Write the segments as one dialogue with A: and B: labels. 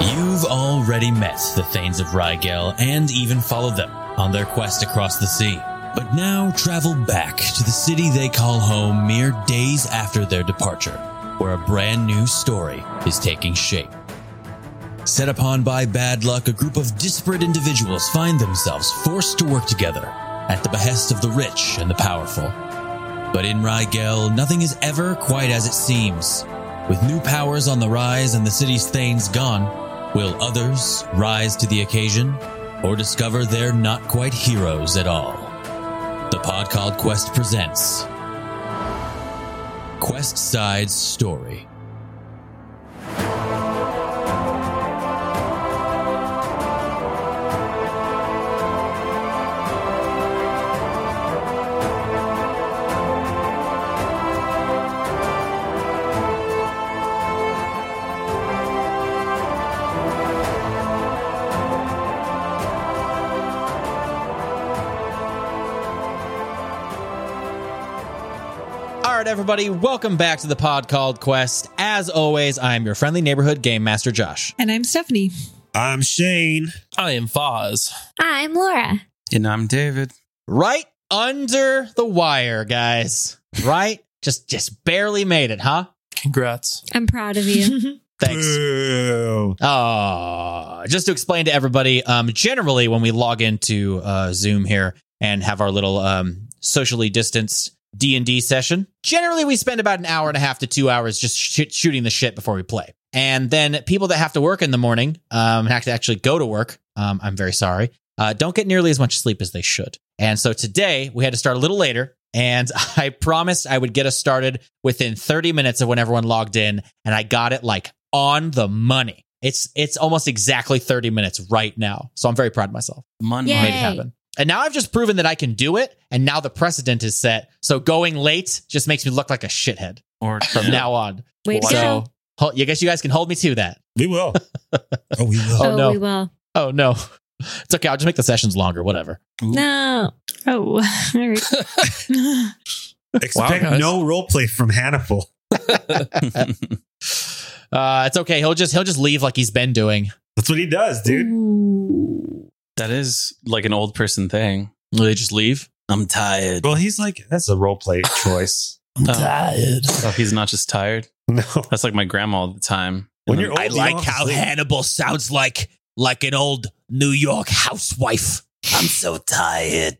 A: You've already met the Thanes of Rygel and even followed them on their quest across the sea. But now travel back to the city they call home mere days after their departure, where a brand new story is taking shape. Set upon by bad luck, a group of disparate individuals find themselves forced to work together at the behest of the rich and the powerful. But in Rygel, nothing is ever quite as it seems. With new powers on the rise and the city's thanes gone, will others rise to the occasion or discover they're not quite heroes at all? The pod called Quest presents Quest Side's Story. All right, everybody, welcome back to the pod called Quest. As always, I'm your friendly neighborhood game master, Josh.
B: And I'm Stephanie.
C: I'm Shane.
D: I am Foz.
E: Ah, I'm Laura.
F: And I'm David.
A: Right under the wire, guys. Right? just just barely made it, huh?
D: Congrats.
E: I'm proud of you.
A: Thanks.
C: Boo.
A: Oh, just to explain to everybody, um, generally when we log into uh, Zoom here and have our little um, socially distanced D and D session, generally we spend about an hour and a half to two hours just sh- shooting the shit before we play. And then people that have to work in the morning um, and have to actually go to work, um, I'm very sorry, uh, don't get nearly as much sleep as they should. And so today we had to start a little later. And I promised I would get us started within 30 minutes of when everyone logged in, and I got it like on the money. It's it's almost exactly 30 minutes right now. So I'm very proud of myself.
F: Money.
A: I made it
E: Yay.
A: happen. And now I've just proven that I can do it, and now the precedent is set. So going late just makes me look like a shithead
F: Or
A: from now on.
E: Way to
F: Wow.
E: go.
A: So ho- I guess you guys can hold me to that.
C: We will. Oh, we will.
A: Oh,
E: Oh,
A: no.
E: we will.
A: Oh no. It's okay. I'll just make the sessions longer, whatever.
E: No.
B: Oh, all right.
C: Expect
D: guys.
C: no roleplay from Hannibal.
A: Uh, it's okay. He'll just he'll just leave like he's been doing.
C: That's what he does, dude.
F: that is like an old person thing.
A: Will they just leave?
F: I'm tired.
C: Well, he's like, that's a roleplay choice.
F: I'm
A: um,
F: tired. Oh, he's not just tired.
C: No.
F: That's like my grandma all the time.
C: When you're old,
A: I
C: you
A: like
C: don't have
A: how
C: to sleep.
A: Hannibal sounds like like an old New York housewife.
F: I'm so tired.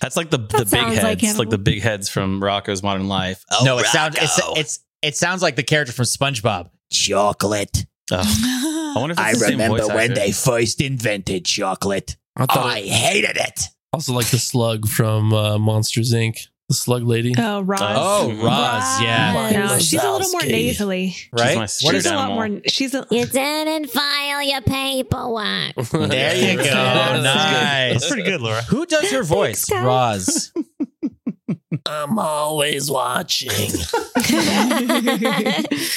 F: That's like the, the
E: That
F: big
E: sounds
F: heads,
E: like
F: like,
E: Hannibal.
F: the big heads from Rocco's Modern Life. Oh,
A: no, it sounds it's,
F: Rocco.
A: it's it sounds like the character from SpongeBob. Chocolate.
F: Oh, I wonder if it's the same voice actor.
A: first invented chocolate.
D: I thought I
A: hated it.
D: also like the slug from uh, Monsters Inc. The slug lady.
B: Oh, Roz.
A: Oh,
F: Mhm.
A: Roz, yeah,
B: No, she's a little more nasally.
A: right.
F: my
A: What
F: spirit
A: is
B: She's a lot
F: animal.
B: more. She's a.
E: You didn't file your paperwork.
A: There you go.
D: That's
A: Nice.
C: Oh, That's pretty good, Laura.
A: who does your voice?
E: Thanks, guys.
A: Roz.
D: I'm always watching.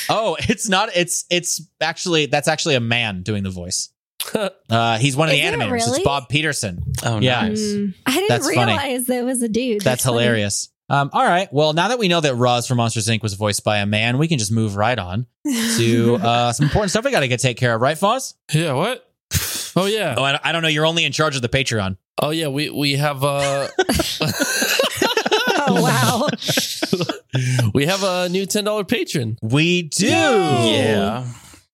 A: Oh, it's not. It's it's actually that's actually a man doing the voice. Uh, he's one of the
E: Is it
A: animators. It's
E: really?
A: Bob Peterson.
F: Oh,
A: Yeah.
F: nice.
B: Mm.
E: I didn't
A: That's funny.
E: realize there was a dude.
A: That's
E: funny.
A: hilarious. Um, all right. Well, now that we know that Roz from Monsters Inc. was voiced by a man, we can just move right on to uh, some important stuff we got to get take care of, right, Foz?
D: Yeah, what? Oh yeah.
A: Oh, I, I don't know. You're only in charge of the Patreon.
D: Oh yeah, we we have uh
B: Oh, wow.
D: we have a new ten dollar patron.
A: We do.
F: Yeah.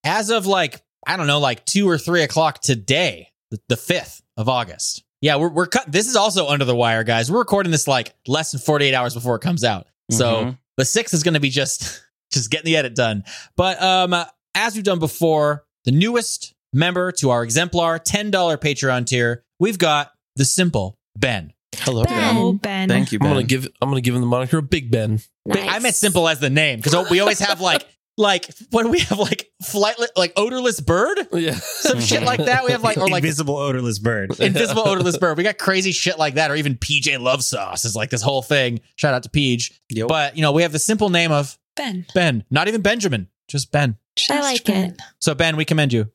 A: As of like, I don't know, like two or three o'clock today, the- the 5th of August. Yeah, we're, we're cut. This is also under the wire, guys. We're recording this like less than 48 hours before it comes out. So
F: Mhm.
A: the sixth is going to be just just getting the edit done but um uh, as we've done before the newest member to our exemplar $10 patreon tier we've got the simple ben
F: hello,
E: Ben.
F: Ben.
B: Oh, Ben.
F: Thank you,
D: I'm
F: Ben.
D: gonna give I'm gonna give him the moniker of Big Ben.
A: But i meant simple as the name because we always have like like what do we have like flightless like odorless bird
D: Yeah.
A: some shit like that we have like or like
C: Invisible odorless bird.
A: Invisible odorless bird. We got crazy shit like that, or even PJ Love Sauce is like this whole thing. Shout out to Peach.
F: Yep.
A: But you know, we have the simple name of
B: Ben.
A: Ben. Not even Benjamin, just Ben.
E: I like
B: Ben.
A: So Ben, we commend you.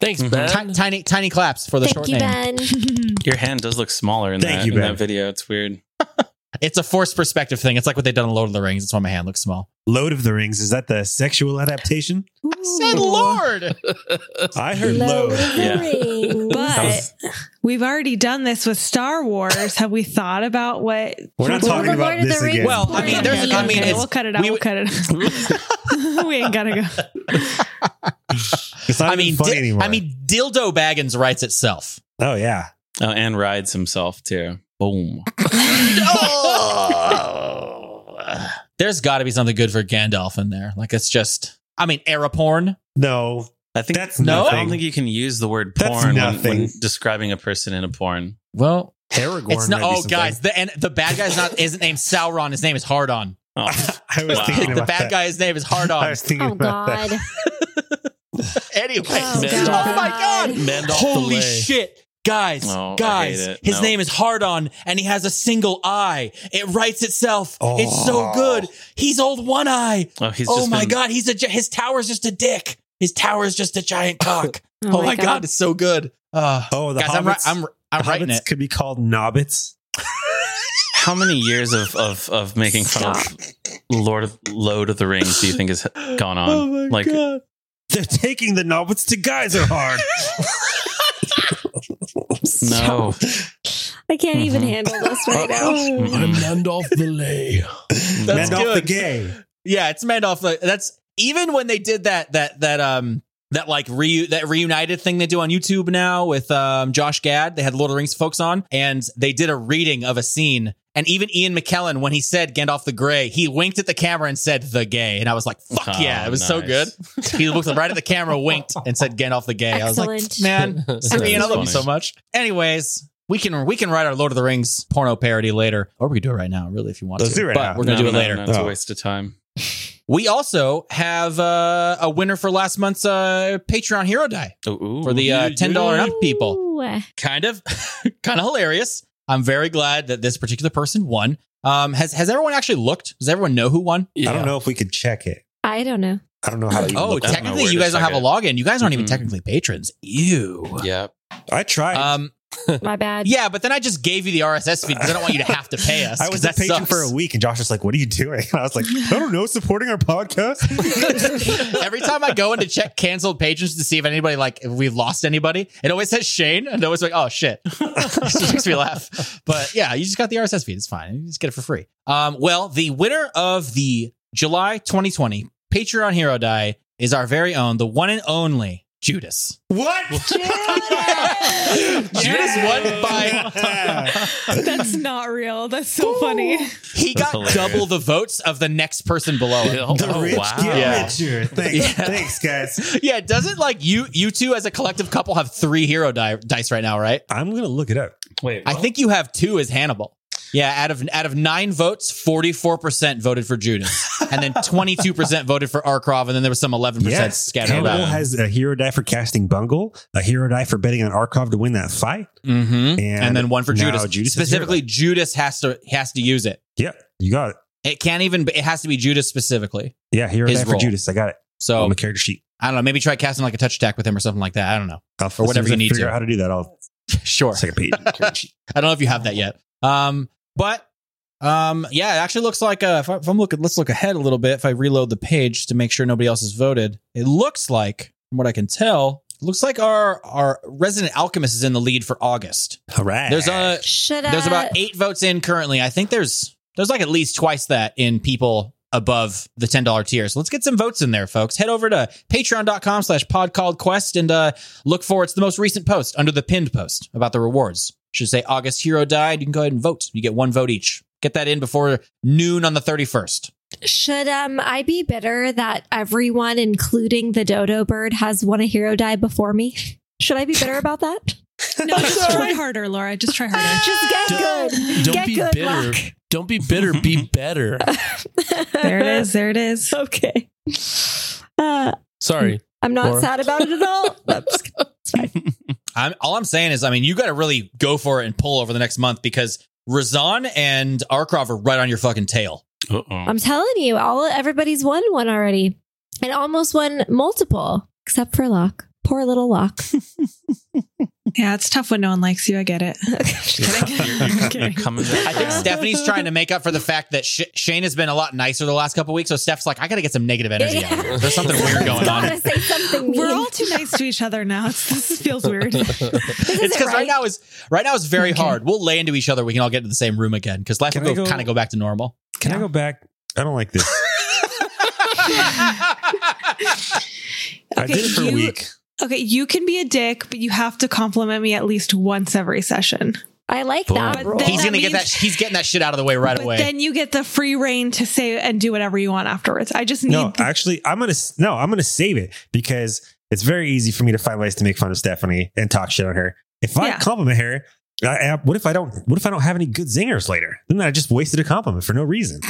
D: Thanks,
F: Mhm.
D: Ben.
A: Ti- tiny, tiny claps for the
E: Thank
A: short
E: you,
A: name.
E: Ben.
F: Your hand does look smaller in,
C: Thank
F: that,
C: you,
F: in
C: Ben.
F: that video. It's weird.
A: It's a forced perspective thing. It's like what they've done in Lord of the Rings. That's why my hand looks small.
C: Lord of the Rings. Is that the sexual adaptation?
B: Ooh.
G: said Lord.
C: I heard low.
E: Lowering.
B: But we've already done this with Star Wars. Have we thought about what?
C: We're not
E: Well,
C: talking
E: the
C: about
E: Lord of the
C: this
E: Rings
C: again.
G: Well, I mean, there's-
B: Okay,
G: I mean,
B: okay,
G: it's-
B: we'll cut it out.
G: we-
B: we'll cut it out. we ain't gotta go.
C: It's not
G: I mean,
C: even funny
G: di-
C: anymore.
G: I mean, dildo baggins writes itself.
C: oh yeah.
F: Oh, and rides himself too. Boom.
G: Oh. There's got to be something good for Gandalf in there. Like it's just, I mean, era porn.
C: No,
F: I think
C: that's
G: No?
C: nothing.
F: I don't think you can use the word
C: That's
F: porn when,
C: nothing.
F: when describing a person in a porn.
G: Well,
C: Aragorn.
G: it's not.
C: might be
G: Oh,
C: something.
G: guys, the and the bad guy's not isn't named Sauron. His name is Hardon.
F: Oh.
C: I was
F: Wow.
C: thinking
G: the
C: about
G: bad
C: that.
G: guy's name is
C: I
G: Hardon.
C: was thinking
E: Oh,
C: about
E: God.
C: that.
G: anyway,
E: Oh,
G: oh, my
E: God.
G: god,
D: Mend off the
G: holy
D: lay.
G: shit. Guys,
F: No, I hate
G: guys,
F: it.
G: his
F: No.
G: name is Hardon, and he has a single eye. It writes itself. It's so
C: Oh.
G: good. He's old one eye.
F: Oh, he's
G: oh
F: just
G: my
F: been-
G: god, he's a gi- his tower's just a dick. His tower's just a giant cock.
E: Oh,
G: oh, my god. it's so good. Uh,
C: Oh, the
G: guys, I'm, ri-
C: hobbits.
G: I'm I'm
C: the
G: writing
C: hobbits
G: it.
C: could be called nobbits.
F: How many years of of, of making fun of Lord of Lord of the Rings do you think has gone on?
G: Oh,
F: like
C: Oh They're taking the nobbits to Geyser Hard.
F: no.
E: I can't even
G: Mm-hmm.
F: Mhm.
E: handle this right now.
D: I'm Gandalf the Lay.
G: That's
C: That's
F: No.
C: off the
G: good.
C: gay.
G: Yeah, it's Mandoff. Like, that's even when they did that that that um that like reu- that reunited thing they do on YouTube now with um Josh Gad. They had Lord of the Rings folks on, and they did a reading of a scene. And even Ian McKellen, when he said Gandalf the Grey, he winked at the camera and said the gay. And I was like, fuck
F: Oh,
G: yeah, it was so good.
F: nice.
G: He looked right at the camera, winked, and said Gandalf the gay. I was like,
E: Excellent.
G: man,
F: That
G: Ian, I
F: is
G: love you
F: funny.
G: so much. Anyways, we can we can write our Lord of the Rings porno parody later, or we could do it right now, really, if you want
C: Let's
G: to.
C: do it right
G: but
C: now.
G: we're gonna
F: No,
G: do it
F: no,
G: later.
F: no, it's
C: Oh.
F: a waste of time.
G: We also have uh, a winner for last month's uh, Patreon Hero Die
F: Ooh,
G: for the uh, ten dollar and up people.
E: Ooh.
G: Kind of, kind of hilarious. I'm very glad that this particular person won. Um, has has everyone actually looked? Does everyone know who won?
D: Yeah.
C: I don't know if we could check it.
E: I don't know.
C: I don't know how to. Even
G: Oh,
C: look
F: I don't
C: at it.
G: technically,
F: where
G: you
F: to
G: guys don't
F: check
G: have a login. You guys aren't even
F: Mhm.
G: technically patrons. Ew.
F: Yep.
C: I tried.
G: Um,
E: My bad.
G: yeah, but then I just gave you the RSS feed because I don't want you to have to pay us.
C: I
G: 'cause
C: was a
G: that
C: patron
G: sucks.
C: for a week, and Josh was like, "What are you doing?" And I was like, "I don't know, supporting our podcast."
G: Every time I go in to check canceled patrons to see if anybody like if we've lost anybody, it always says Shane, and always like, oh shit, it just makes me laugh. But yeah, you just got the RSS feed; it's fine. You just get it for free. Um, well, the winner of the July 2020 Patreon Hero Die is our very own, the one and only Judas.
C: what?
G: Judas won by
B: That's not real. That's so funny.
G: he
F: That's
G: got
F: hilarious.
G: double the votes of the next person below him.
D: Yeah.
C: the
D: Oh,
C: rich
D: wow.
C: get
G: Yeah.
C: richer. Thanks,
G: Yeah.
C: thanks, guys.
G: Yeah, doesn't like you you two as a collective couple have three hero di- dice right now, right?
C: I'm gonna look it up.
F: Wait.
G: I think you have two as Hannibal. Yeah, out of out of nine votes, forty four percent voted for Judas, and then twenty two percent voted for Arkrov, and then there was some eleven percent
C: Yes,
G: scattered uh,
C: Campbell
G: about.
C: has a hero die for casting Bungle, a hero die for betting on Arkov to win that fight,
G: Mm-hmm. And,
C: and
G: then one for
C: now
G: Judas.
C: Judas is hero
G: specifically, Judas has to has to use it.
C: Yep, you got it.
G: It can't even. It has to be Judas specifically.
C: Yeah, hero
G: His
C: die for
G: role. Oh.
C: Judas. I got it on
G: So
C: the character sheet.
G: I don't know. Maybe try casting like a touch attack with him or something like that. I don't know.
C: I'll, as soon
G: whatever
C: as
G: you
C: I
G: need
C: figure
G: to.
C: out how to do that. I'll
G: Sure.
C: second page. on the character sheet.
G: I don't know if you have that yet. Um, but um, yeah, it actually looks like uh, if, I, if I'm looking, let's look ahead a little bit. If I reload the page to make sure nobody else has voted, it looks like, from what I can tell, looks like our our resident alchemist is in the lead for August.
C: All right.
G: There's uh, a
E: Shut up.
G: there's about eight votes in currently. I think there's there's like at least twice that in people above the ten dollar tier. So let's get some votes in there, folks. Head over to patreon.com slash pod called quest and uh look for it's the most recent post under the pinned post about the rewards. Should say August Hero died. You can go ahead and vote. You get one vote each. Get that in before noon on the 31st.
E: Should um I be bitter that everyone, including the dodo bird, has won a hero die before me? Should I be bitter about that?
B: No, just try harder, Laura. Just try harder.
E: Just get
D: Don't-
E: good.
D: don't
E: get
D: be
E: good
D: bitter.
E: luck.
D: Don't be bitter. Be better.
B: There it is. There it is.
E: Okay. Uh,
D: Sorry.
E: I'm not
D: Laura.
E: sad about it at all. I'm just kidding. It's fine.
G: I'm all I'm saying is, I mean, you got to really go for it and pull over the next month because Razan and Arkrov are right on your fucking tail.
F: Uh-oh.
E: I'm telling you, all everybody's won one already, and almost won multiple, except for Locke. Poor little Locke.
B: Yeah, it's tough when no one likes you. I get it.
C: You're- you're
B: Okay.
H: Coming back
A: I think
H: around.
A: Stephanie's trying to make up for the fact that Sh- Shane has been a lot nicer the last couple weeks. So Steph's like, I got to get some negative energy out of here. There's something weird going on.
E: Gotta say something mean.
B: We're all too nice to each other now. It's, this feels weird.
E: This
A: It's
E: isn't
A: because right? now is right now is very hard. We'll lay into each other. We can all get into the same room again because life
I: Can
A: will
I: I
A: go,
I: go-
A: kind of go back to normal.
I: Can I go back? I don't like this. I did it for
B: you,
I: a week.
B: Okay, you can be a dick, but you have to compliment me at least once every session.
E: I like that.
B: But
E: rule.
B: then
A: he's gonna get
B: means-
A: that. He's getting that shit out of the way right
B: but
A: away.
B: then you get the free reign to say and do whatever you want afterwards. I just need
I: No, actually, I'm gonna s- no, I'm gonna save it because it's very easy for me to find ways to make fun of Stephanie and talk shit on her. If I
B: Yeah.
I: compliment her, I, I- what if I don't? What if I don't have any good zingers later? Then I just wasted a compliment for no reason.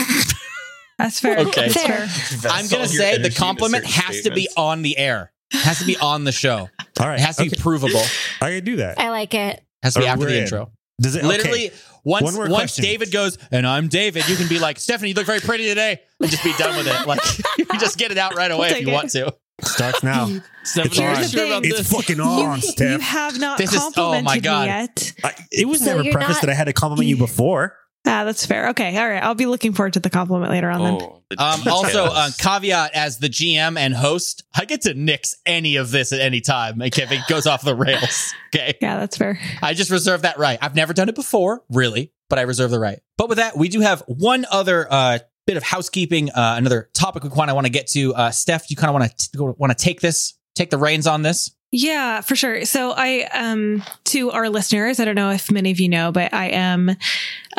B: that's fair.
A: Okay.
B: That's fair.
A: I'm
H: Invest
A: gonna
H: all your
A: say
H: energy
A: the
H: into
A: compliment
H: certain
A: has to be
H: statements.
A: on the air. It has to be on the show.
I: All right,
A: It has to
I: okay,
A: be provable.
I: I can do that.
E: I like it.
A: has to be
I: Or
A: after
I: we're
A: the
I: in.
A: intro.
I: Does it
A: Literally,
I: okay,
A: once
I: One more
A: once
I: question.
A: David goes, and I'm David, you can be like, Stephanie, you look very pretty today. And just be done with it. Like you can just get it out right away if
B: take
A: you
B: it.
A: want to.
I: starts now?
D: Stephanie,
I: Here's
D: are you
B: the
D: sure
B: thing.
D: about
B: It's
D: this?
I: it's fucking on,
B: you, you
I: Steph.
B: have not
A: This is- oh
B: complimented
A: my God.
B: me yet.
I: I, it was
E: So
I: never
E: you're
I: prefaced
E: not-
I: that I had to compliment you before.
B: Ah, that's fair. Okay, all right. I'll be looking forward to the compliment later on then.
H: Oh, the
A: Um, also,
H: details.
A: uh, caveat as the GM and host, I get to nix any of this at any time if it goes off the rails. Okay.
B: Yeah, that's fair.
A: I just reserve that right. I've never done it before, really, but I reserve the right. But with that, we do have one other uh, bit of housekeeping, uh, another topic we kind of want to get to. Uh, Steph, you kind of want to want to take this, take the reins on this.
B: Yeah, for sure. So I um to our listeners, I don't know if many of you know, but I am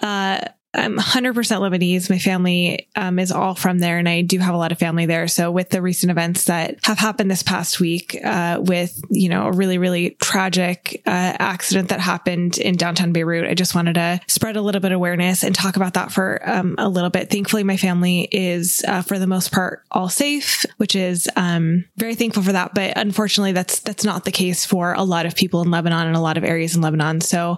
B: uh I'm 100% Lebanese. My family um, is all from there, and I do have a lot of family there. So, with the recent events that have happened this past week, uh, with you know a really, really tragic uh, accident that happened in downtown Beirut, I just wanted to spread a little bit of awareness and talk about that for um, a little bit. Thankfully, my family is, uh, for the most part, all safe, which is um, very thankful for that. But unfortunately, that's that's not the case for a lot of people in Lebanon and a lot of areas in Lebanon. So,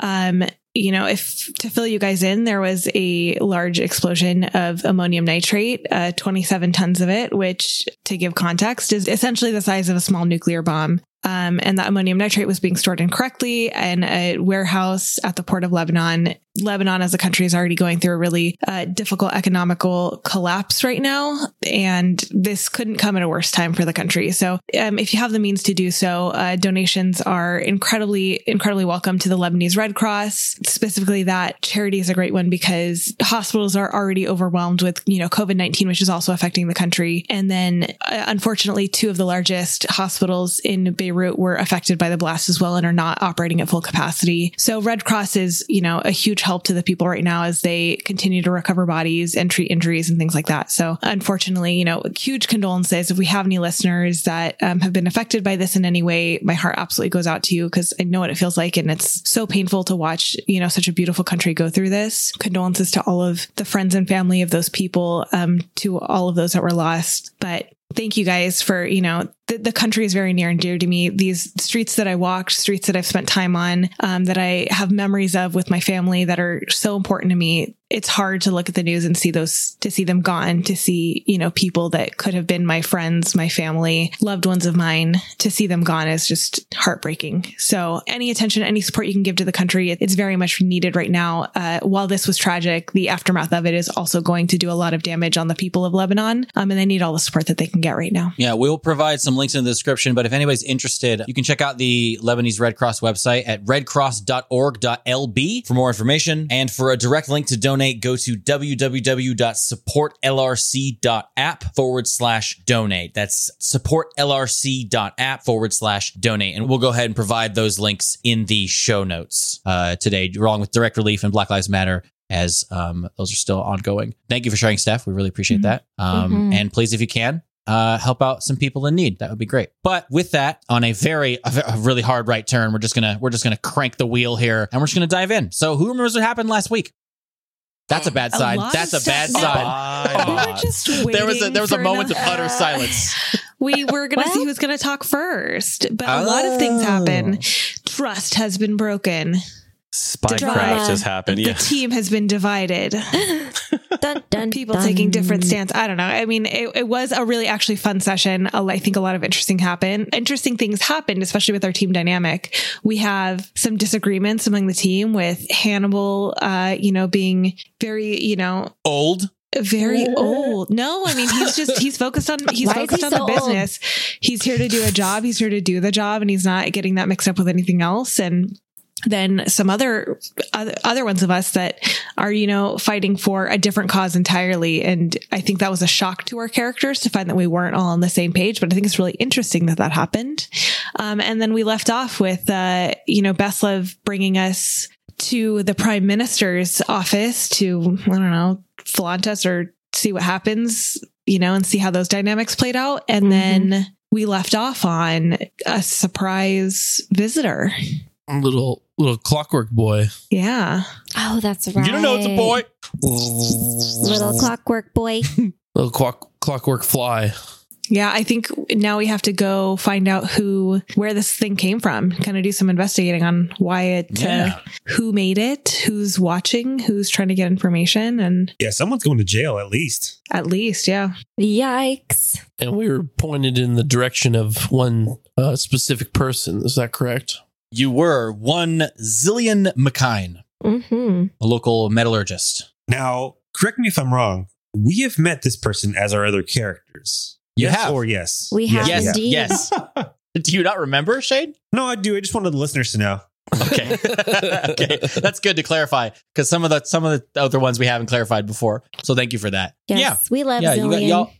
B: um, you know, if to fill you guys in, there was a large explosion of ammonium nitrate, uh, 27 tons of it, which to give context is essentially the size of a small nuclear bomb. Um, and that ammonium nitrate was being stored incorrectly in a warehouse at the port of Lebanon. Lebanon as a country is already going through a really uh, difficult economical collapse right now. And this couldn't come at a worse time for the country. So um, if you have the means to do so, uh, donations are incredibly, incredibly welcome to the Lebanese Red Cross. Specifically, that charity is a great one because hospitals are already overwhelmed with, you know, COVID 19, which is also affecting the country. And then, uh, unfortunately, two of the largest hospitals in Beirut were affected by the blast as well and are not operating at full capacity. So, Red Cross is, you know, a huge help to the people right now as they continue to recover bodies and treat injuries and things like that. So, unfortunately, you know, huge condolences. If we have any listeners that um, have been affected by this in any way, my heart absolutely goes out to you because I know what it feels like. And it's so painful to watch, you know, such a beautiful country go through this. Condolences to all of the friends and family of those people, um, to all of those that were lost. But thank you guys for you know the, the country is very near and dear to me these streets that i walked streets that i've spent time on um, that i have memories of with my family that are so important to me it's hard to look at the news and see those to see them gone to see you know people that could have been my friends my family loved ones of mine to see them gone is just heartbreaking so any attention any support you can give to the country it- it's very much needed right now uh, while this was tragic the aftermath of it is also going to do a lot of damage on the people of lebanon um, and they need all the support that they can get right now
A: Yeah, we'll provide some links in the description, but if anybody's interested, you can check out the Lebanese Red Cross website at redcross.org.lb for more information. And for a direct link to donate, go to www.supportlrc.app forward slash donate. That's supportlrc.app forward slash donate. And we'll go ahead and provide those links in the show notes uh, today, along with Direct Relief and Black Lives Matter as um, those are still ongoing. Thank you for sharing, Steph. We really appreciate
B: Mhm.
A: that. Um,
E: Mhm.
A: And please, if you can, uh, help out some people in need. That would be great. But with that, on a very, a ve- a really hard right turn, we're just gonna we're just gonna crank the wheel here, and we're just gonna dive in. So, who remembers what happened last week? That's a bad
B: A
A: sign.
B: lot
A: That's
B: of
A: a bad
G: uh,
B: stuff.
A: sign.
B: we
H: Bye.
B: were just waiting
A: There was a there was a
B: for
A: moment of
B: another-
A: utter silence.
B: we were gonna
E: Well-
B: see who's gonna talk first but a lot of things
A: Oh.
B: happen trust has been broken
H: Spycraft
E: Drama.
H: has happened.
B: the
H: Yeah.
B: team has been divided
E: dun, dun,
B: people
E: dun.
B: taking different stands. I don't know. I mean, it, it was a really actually fun session. A lot- I think a lot of interesting happened. Interesting things happened, especially with our team dynamic. We have some disagreements among the team with Hannibal, uh, you know, being very, you know,
A: Old.
B: very
E: Yeah.
B: old. No, I mean, he's just he's focused on he's
E: Why is
B: focused
E: he
B: on
E: so
B: the business. He's here to do a job. He's here to do the job, and he's not getting that mixed up with anything else. And then some other other, other ones of us that are you know fighting for a different cause entirely. And I think that was a shock to our characters to find that we weren't all on the same page. But I think it's really interesting that that happened. Um, and then we left off with uh, you know Beslev bringing us to the prime minister's office to I don't know flaunt us or see what happens, you know, and see how those dynamics played out. And then we left off on a surprise visitor.
D: Little little clockwork boy.
B: Yeah.
E: Oh, that's right.
A: You don't know it's a boy.
E: Little clockwork boy.
D: Little clock clockwork fly.
B: Yeah. I think now we have to go find out who, where this thing came from, kind of do some investigating on why it,
A: Yeah.
B: uh, who made it, who's watching, who's trying to get information. And
I: Yeah, someone's going to jail at least.
B: at least, yeah.
E: Yikes.
D: And we were pointed in the direction of one uh, specific person. Is that correct?
A: You were one zillion McKine,
E: Mm-hmm.
A: a local metallurgist.
I: Now, correct me if I'm wrong. We have met this person as our other characters.
A: You
I: yes
A: have.
I: or yes.
E: We have
A: yes,
E: indeed.
A: yes. Do you not remember, Shade?
I: No, I do. I just wanted the listeners to know.
A: Okay, okay, that's good to clarify because some of the some of the other ones we haven't clarified before. So thank you for that.
E: Yes,
A: Yeah,
E: we love
A: yeah, you got-
E: Zillion.
A: y'all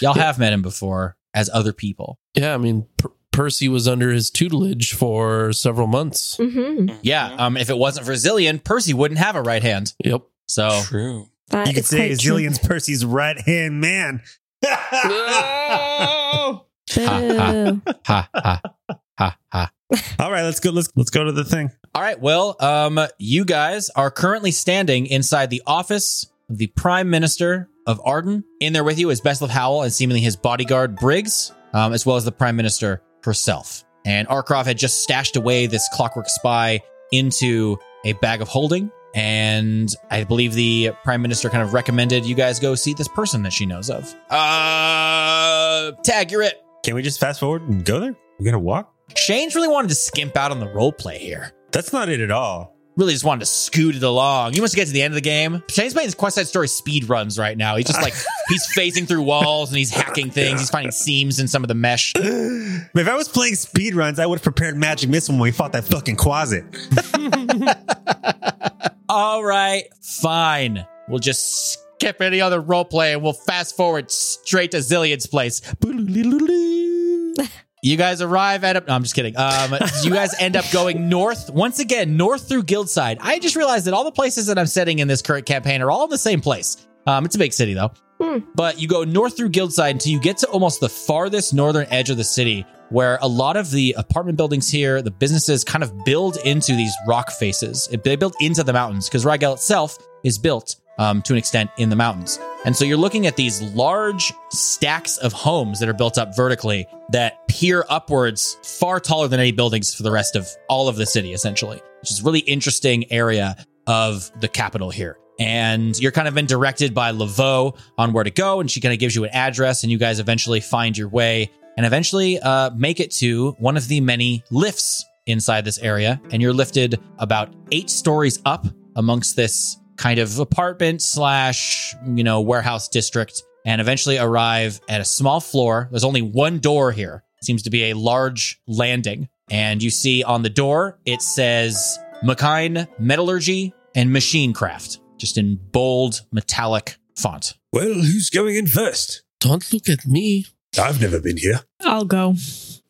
A: y'all have met him before as other people.
D: Yeah, I mean per- Percy was under his tutelage for several months.
E: mm-hmm.
A: Yeah, um, if it wasn't for Zillion, Percy wouldn't have a right hand.
D: Yep.
A: So
H: True.
E: That
I: you could
E: is
I: say
E: Uh, quite true.
I: Zillion's Percy's right hand man.
E: Boo.
A: ha ha ha ha.
I: All right, let's go. Let's let's go to the thing.
A: All right. Well, um, you guys are currently standing inside the office of the Prime Minister of Arden. In there with you is Bessel Howell and seemingly his bodyguard Briggs, um, as well as the Prime Minister herself. And Arkrov had just stashed away this clockwork spy into a bag of holding. And I believe the Prime Minister kind of recommended you guys go see this person that she knows of. Uh, tag, you're it.
I: Can we just fast forward and go there? We're gonna walk.
A: Shane's really wanted to skimp out on the role play here.
I: That's not it at all.
A: really just wanted to scoot it along. You must get to the end of the game. Shane's playing his Quest Side Story speed runs right now. He's just like he's phasing through walls and he's hacking things. He's finding seams in some of the mesh.
I: If I was playing speed runs, I would have prepared magic missile when we fought that fucking closet.
A: All right, fine. We'll just skip any other roleplay and we'll fast forward straight to Zillion's place. You guys arrive at a. No, I'm just kidding. Um, you guys end up going north once again, north through Guildside. I just realized that all the places that I'm setting in this current campaign are all in the same place. Um, it's a big city though.
E: Hmm.
A: But you go north through Guildside until you get to almost the farthest northern edge of the city, where a lot of the apartment buildings here, the businesses kind of build into these rock faces. It- They build into the mountains because Rygel itself is built um, to an extent in the mountains. And so you're looking at these large stacks of homes that are built up vertically that peer upwards far taller than any buildings for the rest of all of the city, essentially, which is a really interesting area of the capital here. And you're kind of been directed by Laveau on where to go, and she kind of gives you an address, and you guys eventually find your way and eventually uh, make it to one of the many lifts inside this area. And you're lifted about eight stories up amongst this kind of apartment slash you know warehouse district and eventually arrive at a small floor there's only one door here seems to be a large landing and you see on the door it says mckine metallurgy and machine craft just in bold metallic font
C: Well, who's going in first?
D: Don't look at me.
C: I've never been here.
B: I'll go.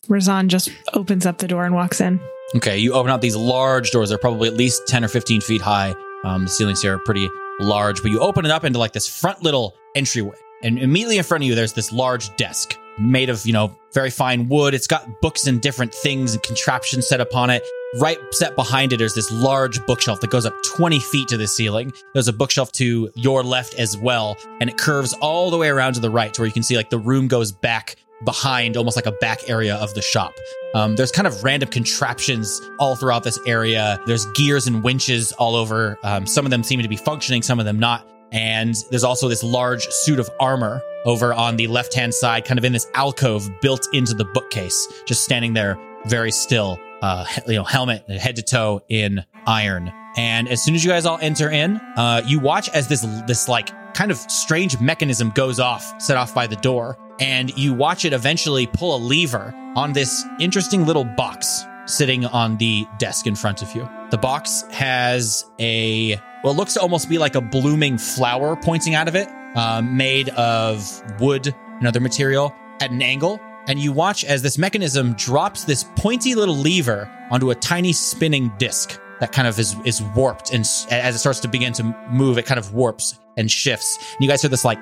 B: Razan just opens up the door and walks in.
A: Okay, you open up Oh, these large doors. They're probably at least 10 or 15 feet high. Um, the ceilings here are pretty large, but you open it up into like this front little entryway. And immediately in front of you, there's this large desk made of, you know, very fine wood. It's got books and different things and contraptions set upon it. Right set behind it, there's this large bookshelf that goes up 20 feet to the ceiling. There's a bookshelf to your left as well, and it curves all the way around to the right to where you can see like the room goes back behind, almost like a back area of the shop. Um, there's kind of random contraptions all throughout this area. There's gears and winches all over. Um, some of them seem to be functioning, some of them not. And there's also this large suit of armor over on the left hand side, kind of in this alcove built into the bookcase, just standing there very still, uh, he- you know, helmet head to toe in iron. And as soon as you guys all enter in, uh, you watch as this this like kind of strange mechanism goes off, set off by the door, and you watch it eventually pull a lever on this interesting little box sitting on the desk in front of you. The box has a well, it looks to almost be like a blooming flower pointing out of it, uh, made of wood and other material at an angle. And you watch as this mechanism drops this pointy little lever onto a tiny spinning disc that kind of is, is warped. And s- as it starts to begin to move, it kind of warps and shifts. And you guys hear this like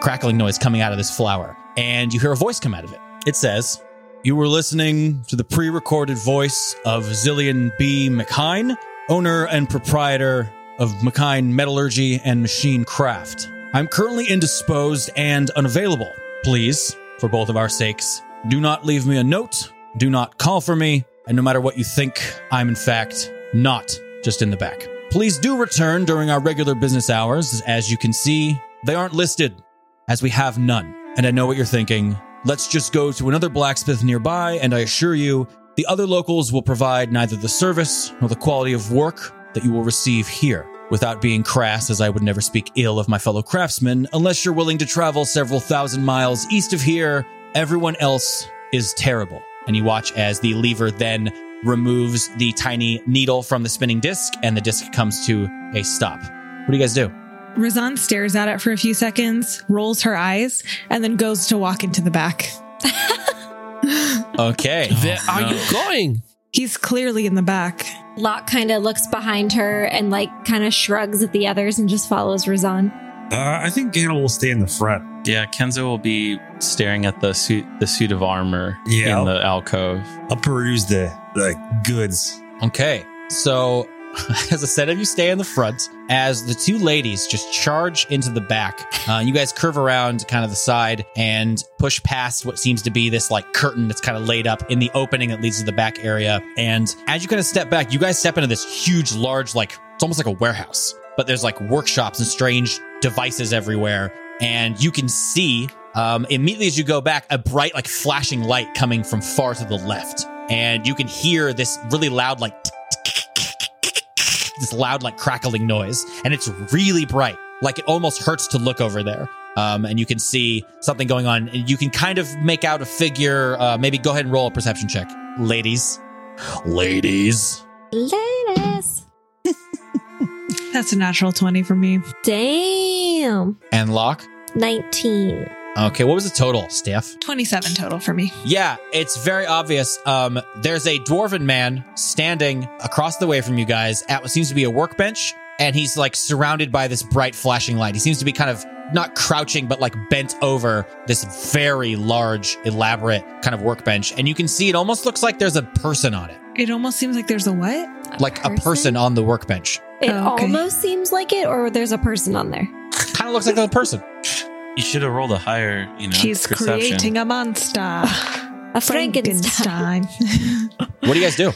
A: crackling noise coming out of this flower. And you hear a voice come out of it. It says, You were listening to the pre recorded voice of Zillion B. McHine owner and proprietor of McKine Metallurgy and Machine Craft. I'm currently indisposed and unavailable. Please, for both of our sakes, do not leave me a note, do not call for me, and no matter what you think, I'm in fact not just in the back. Please do return during our regular business hours. As you can see, they aren't listed, as we have none. And I know what you're thinking. Let's just go to another blacksmith nearby, and I assure you, the other locals will provide neither the service nor the quality of work that you will receive here. Without being crass, as I would never speak ill of my fellow craftsmen, unless you're willing to travel several thousand miles east of here, everyone else is terrible. And you watch as the lever then removes the tiny needle from the spinning disc, and the disc comes to a stop. What do you guys do?
B: Razan stares at it for a few seconds, rolls her eyes, and then goes to walk into the back.
A: Okay.
D: Where are
H: no.
D: you going?
B: He's clearly in the back.
E: Locke kind of looks behind her and like kind of shrugs at the others and just follows Razan.
I: Uh, I think Gannon will stay in the front.
H: Yeah, Kenzo will be staring at the suit the suit of armor
I: Yeah.
H: in the alcove.
I: I'll peruse the the goods.
A: Okay. So, as a set of you stay in the front, as the two ladies just charge into the back, uh, you guys curve around kind of the side and push past what seems to be this like curtain that's kind of laid up in the opening that leads to the back area. And as you kind of step back, you guys step into this huge, large, like it's almost like a warehouse, but there's like workshops and strange devices everywhere. And you can see um, immediately as you go back, a bright, like flashing light coming from far to the left. And you can hear this really loud, like this loud, like crackling noise. And it's really bright. Like it almost hurts to look over there. Um, and you can see something going on. And you can kind of make out a figure. Uh, maybe go ahead and roll a perception check. Ladies. Ladies.
E: Ladies.
B: That's a natural 20 for me.
E: Damn.
A: And Locke.
E: 19.
A: Okay, what was the total, Steph?
B: 27 total for me.
A: Yeah, it's very obvious. Um, there's a dwarven man standing across the way from you guys at what seems to be a workbench, and he's like surrounded by this bright flashing light. He seems to be kind of not crouching, but like bent over this very large, elaborate kind of workbench. And you can see it almost looks like there's a person on it,
B: It almost seems like there's a what?
A: like a person on the workbench.
E: It
B: Oh, okay.
E: almost seems like it, or there's a person on there.
A: Kind of looks like a person.
H: You should have rolled a higher, you know,
B: He's
H: perception.
B: creating a monster.
E: A Frankenstein.
B: Frankenstein.
A: What do you guys do?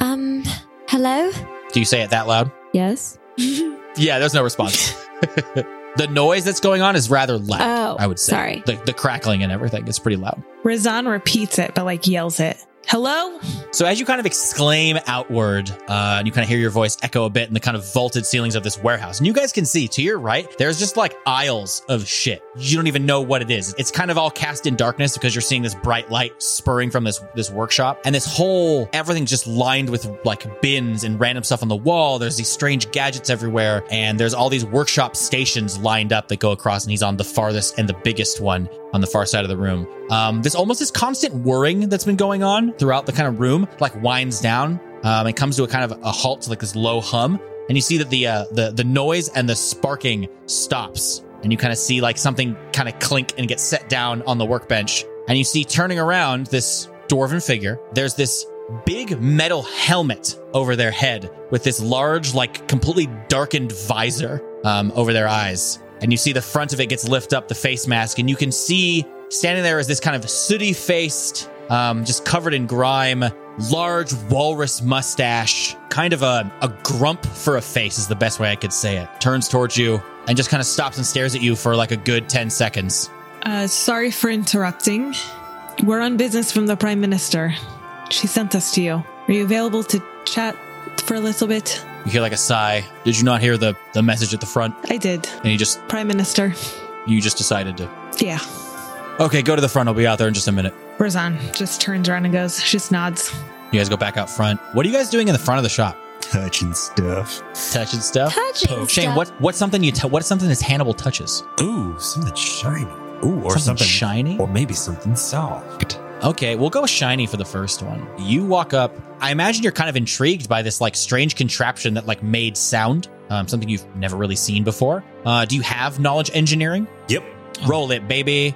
E: Um, hello?
A: Do you say it that loud?
E: Yes.
A: Yeah, there's no response. the noise that's going on is rather loud.
E: Oh,
A: I would say.
E: sorry.
A: The, the crackling and everything is pretty loud.
B: Razan repeats it, but like yells it. Hello?
A: So as you kind of exclaim outward, uh, and you kind of hear your voice echo a bit in the kind of vaulted ceilings of this warehouse, and you guys can see to your right, there's just like aisles of shit. You don't even know what it is. It's kind of all cast in darkness because you're seeing this bright light spurring from this this workshop, and this whole everything's just lined with like bins and random stuff on the wall. There's these strange gadgets everywhere, and there's all these workshop stations lined up that go across, and he's on the farthest and the biggest one on the far side of the room. Um, this almost this constant whirring that's been going on throughout the kind of room, like winds down um, and comes to a kind of a halt, to like this low hum. And you see that the uh, the the noise and the sparking stops, and you kind of see like something kind of clink and get set down on the workbench. And you see turning around this dwarven figure. There's this big metal helmet over their head with this large, like completely darkened visor um, over their eyes. And you see the front of it gets lift up, the face mask, and you can see standing there is this kind of sooty faced, um, just covered in grime, large walrus mustache, kind of a, a grump for a face is the best way I could say it. Turns towards you and just kind of stops and stares at you for like a good 10 seconds.
B: Uh, sorry for interrupting. We're on business from the Prime Minister. She sent us to you. Are you available to chat for a little bit?
A: You hear like a sigh. Did you not hear the, the message at the front?
B: I did.
A: And you just
B: Prime Minister.
A: you just decided to
B: Yeah.
A: Okay, go to the front. I'll be out there in just a minute.
B: Razan just turns around and goes, she just nods.
A: You guys go back out front. What are you guys doing in the front of the shop?
I: Touching stuff.
A: Touching stuff? Shane,
E: Touching stuff.
A: what what's something you t- what's something this Hannibal touches?
C: Ooh, something shiny. Ooh, or
A: something,
C: something,
A: shiny?
C: or maybe something soft.
A: Okay, we'll go shiny for the first one. You walk up. I imagine you're kind of intrigued by this like strange contraption that like made sound, um, something you've never really seen before. Uh, do you have knowledge engineering? Oh.
C: Yep.
A: Roll it, baby.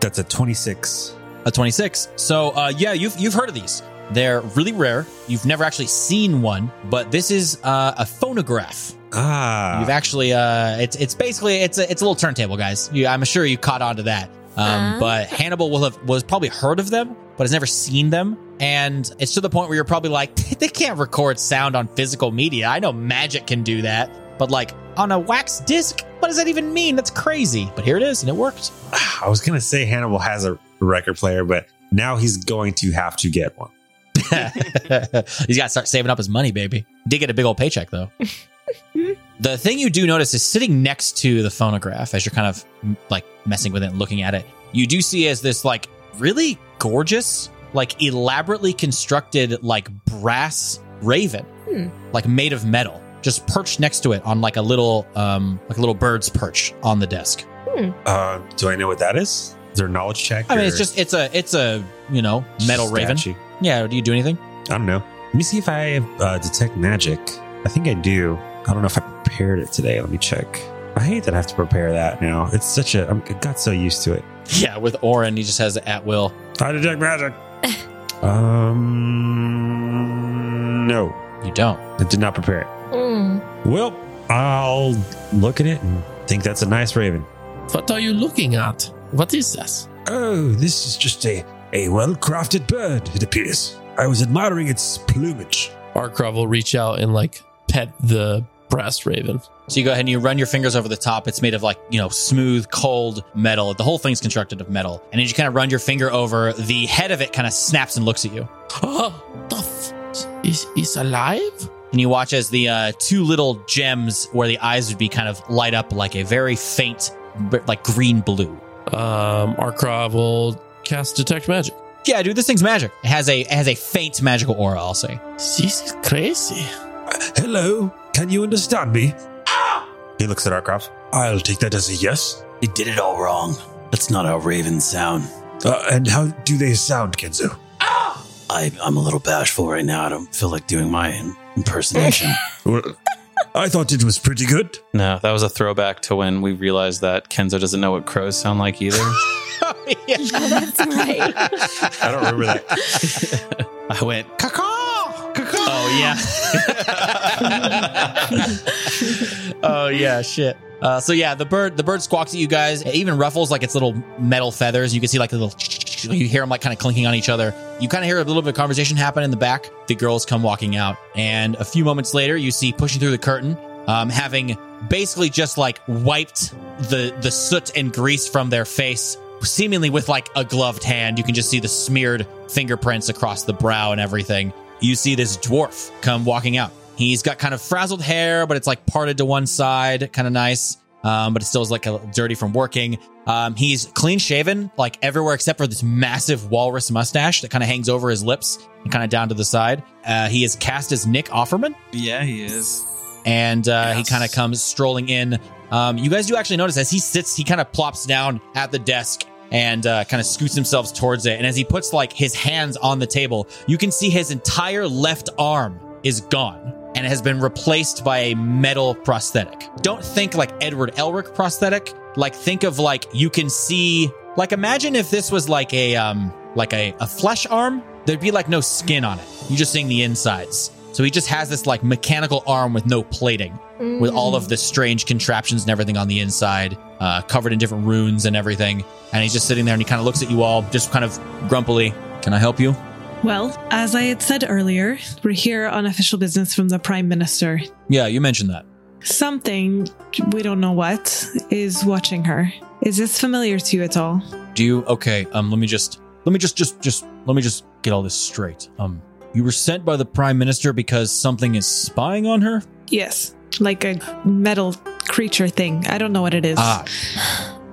C: That's a 26.
A: A 26. So, uh, yeah, you've you've heard of these. They're really rare. You've never actually seen one, but this is uh, a phonograph.
C: Ah.
A: You've actually uh, it's it's basically it's a it's a little turntable, guys. You, I'm sure you caught on to that. Um,
E: Ah.
A: But Hannibal will have was probably heard of them, but has never seen them. And it's to the point where you're probably like, they can't record sound on physical media. I know magic can do that, but like on a wax disc, what does that even mean? That's crazy. But here it is, and it worked.
I: I was gonna say Hannibal has a record player, but now he's going to have to get one.
A: He's got to start saving up his money, baby. Did get a big old paycheck though. the thing you do notice is sitting next to the phonograph as you're kind of m- like messing with it and looking at it. You do see as this like really gorgeous, like elaborately constructed like brass raven,
E: Hmm.
A: like made of metal, just perched next to it on like a little um like a little bird's perch on the desk.
I: Uh, do I know what that is? Is there a knowledge check?
A: I mean, it's
I: or
A: just it's a it's a you know metal raven.
I: statue?
A: Yeah. Do you do anything?
I: I don't know. Let me see if I uh, detect magic. I think I do. I don't know if I prepared it today. Let me check. I hate that I have to prepare that now. It's such a. I'm, I got so used to it.
A: Yeah. With Orin, he just has it at will.
I: I detect magic. um, no,
A: You don't.
I: I did not prepare it.
E: Mm.
I: Well, I'll look at it and think that's a nice raven.
D: What are you looking at? What is this?
C: Oh, this is just a, a well crafted bird, it appears. I was admiring its plumage.
D: Arkrov will reach out and like pet the brass raven.
A: So you go ahead and you run your fingers over the top. It's made of like, you know, smooth, cold metal. The whole thing's constructed of metal. And as you kind of run your finger over, the head of it kind of snaps and looks at you.
D: Oh, the f- is is alive?
A: And you watch as the uh, two little gems where the eyes would be kind of light up like a very faint, b- like green blue.
D: Um, Arkrov will cast detect magic.
A: Yeah, dude, this thing's magic. It has a it has a faint magical aura, I'll say.
D: This is crazy.
C: Hello, can you understand me?
I: He looks at Arkrov.
C: I'll take that as a yes.
F: They did it all wrong. That's not how ravens sound.
C: Uh, and how do they sound, Kenzo?
F: I, I'm a little bashful right now. I don't feel like doing my im- impersonation.
C: Well, I thought it was pretty good.
H: No, that was a throwback to when we realized that Kenzo doesn't know what crows sound like either.
E: That's right.
I: I don't remember that.
H: I went,
A: Caw-caw! Caw-caw! Oh yeah. oh yeah, shit. Uh, so yeah, the bird the bird squawks at you guys. It even ruffles like its little metal feathers. You can see like the little you hear them like kind of clinking on each other. You kind of hear a little bit of conversation happen in the back. The girls come walking out, and a few moments later, you see pushing through the curtain, um, having basically just like wiped the the soot and grease from their face, seemingly with like a gloved hand. You can just see the smeared fingerprints across the brow and everything. You see this dwarf come walking out. He's got kind of frazzled hair, but it's like parted to one side, kind of nice. Um, but it still is like a little dirty from working. Um, he's clean shaven, like everywhere except for this massive walrus mustache that kind of hangs over his lips and kind of down to the side. Uh, he is cast as Nick Offerman
H: yeah, he is.
A: and uh, he
H: Yes.
A: kind of comes strolling in. Um, you guys do actually notice as he sits, he kind of plops down at the desk and uh, kind of scoots himself towards it. And as he puts like his hands on the table, you can see his entire left arm is gone and it has been replaced by a metal prosthetic. Don't think like Edward Elric prosthetic. Like think of like you can see like imagine if this was like a um like a, a flesh arm, there'd be like no skin on it. You're just seeing the insides. So he just has this like mechanical arm with no plating,
E: Mm.
A: with all of the strange contraptions and everything on the inside, uh, covered in different runes and everything. And he's just sitting there and he kind of looks at you all, just kind of grumpily. Can I help you?
B: Well, as I had said earlier, we're here on official business from the Prime Minister.
G: Yeah, you mentioned that.
B: Something, we don't know what, is watching her. Is this familiar to you at all?
G: Do you okay, um let me just let me just just just let me just get all this straight. Um you were sent by the prime minister because something is spying on her?
B: Yes. Like a metal creature thing. I don't know what it is.
G: Ah.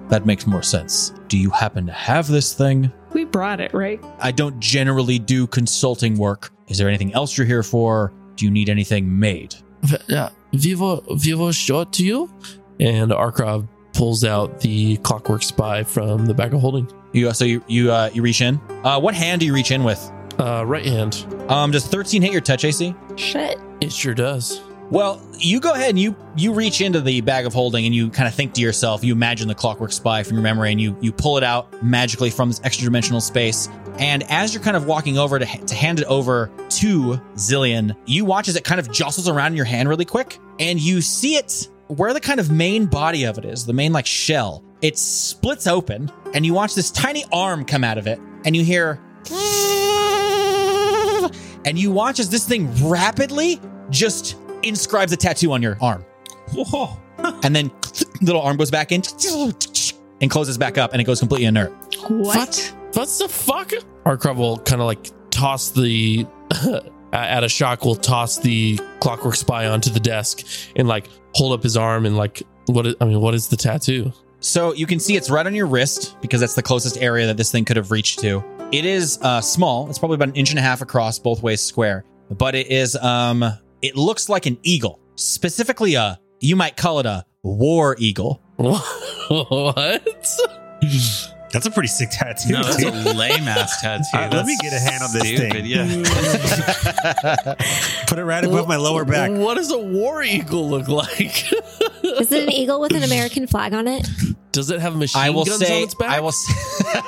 G: That makes more sense. Do you happen to have this thing?
B: We brought it, right?
G: I don't generally do consulting work. Is there anything else you're here for? Do you need anything made?
D: V- yeah, we will we will show it to you. And Arkrov pulls out the clockwork spy from the bag of holding.
G: You so you you uh, you reach in. Uh, what hand do you reach in with?
D: Uh, right hand.
G: Um, does 13 hit your touch AC?
E: Shit.
D: It sure does.
G: Well, you go ahead and you you reach into the bag of holding and you kind of think to yourself, you imagine the clockwork spy from your memory and you you pull it out magically from this extra dimensional space. And as you're kind of walking over to, to hand it over to Zillion, you watch as it kind of jostles around in your hand really quick and you see it where the kind of main body of it is, the main like shell. It splits open and you watch this tiny arm come out of it and you hear and you watch as this thing rapidly just inscribes a tattoo on your arm.
A: Whoa.
G: And then little arm goes back in and closes back up and it goes completely inert.
B: What?
D: What's the fuck? Arkrov will kind of like toss the. at a shock, will toss the clockwork spy onto the desk and like hold up his arm and like what? Is, I mean, what is the tattoo?
G: So you can see it's right on your wrist because that's the closest area that this thing could have reached to. It is uh, small. It's probably about an inch and a half across, both ways square. But it is. Um, it looks like an eagle, specifically a. You might call it a war eagle. Oh,
D: what?
C: That's a pretty sick tattoo.
A: No, that's
C: dude.
A: a lame ass tattoo.
C: All right, let me
A: That's
C: get a hand on this
A: stupid,
C: thing.
A: Yeah.
C: Put it right above my lower back.
D: What does a war eagle look like?
E: Is it an eagle with an American flag on it?
D: Does it have machine
G: I will
D: guns
G: say.
D: on its back?
G: I will. Say,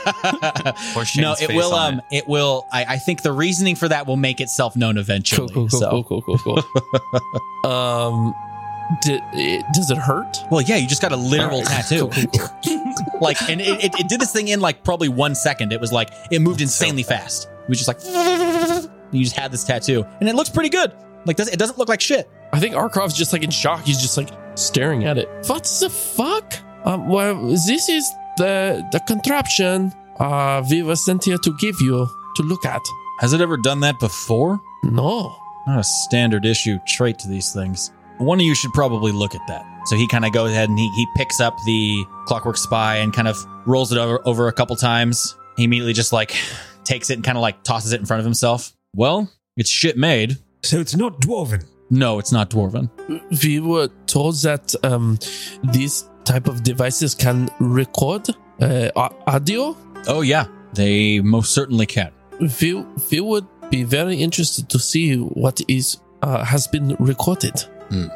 A: Or Shane's
G: no, it
A: face
G: will.
A: on
G: Um, it, will. I, I think the reasoning for that will make itself known eventually.
D: cool, cool, cool,
G: so,
D: cool, cool, cool, cool. um, d- it, does it hurt?
G: well, yeah, you just got a literal
D: All right.
G: tattoo.
D: Cool, cool, cool.
G: like, and it, it, it did this thing in like probably one second. It was like it moved insanely fast. It was just like you just had this tattoo, and it looks pretty good. Like, does it doesn't look like shit.
D: I think Arkrov's just like in shock. He's just like staring at it. What the fuck? Um, well, this is the the contraption uh, we were sent here to give you to look at.
G: Has it ever done that before?
D: No.
G: Not a standard issue trait to these things. One of you should probably look at that. So he kind of goes ahead and he, he picks up the clockwork spy and kind of rolls it over, over a couple times. He immediately just like takes it and kind of like tosses it in front of himself. Well, it's shit made.
J: So it's not dwarven.
G: No, it's not dwarven.
D: We were told that um, these type of devices can record uh, au- audio.
G: Oh yeah, they most certainly can.
D: We, we would be very interested to see what is uh, has been recorded.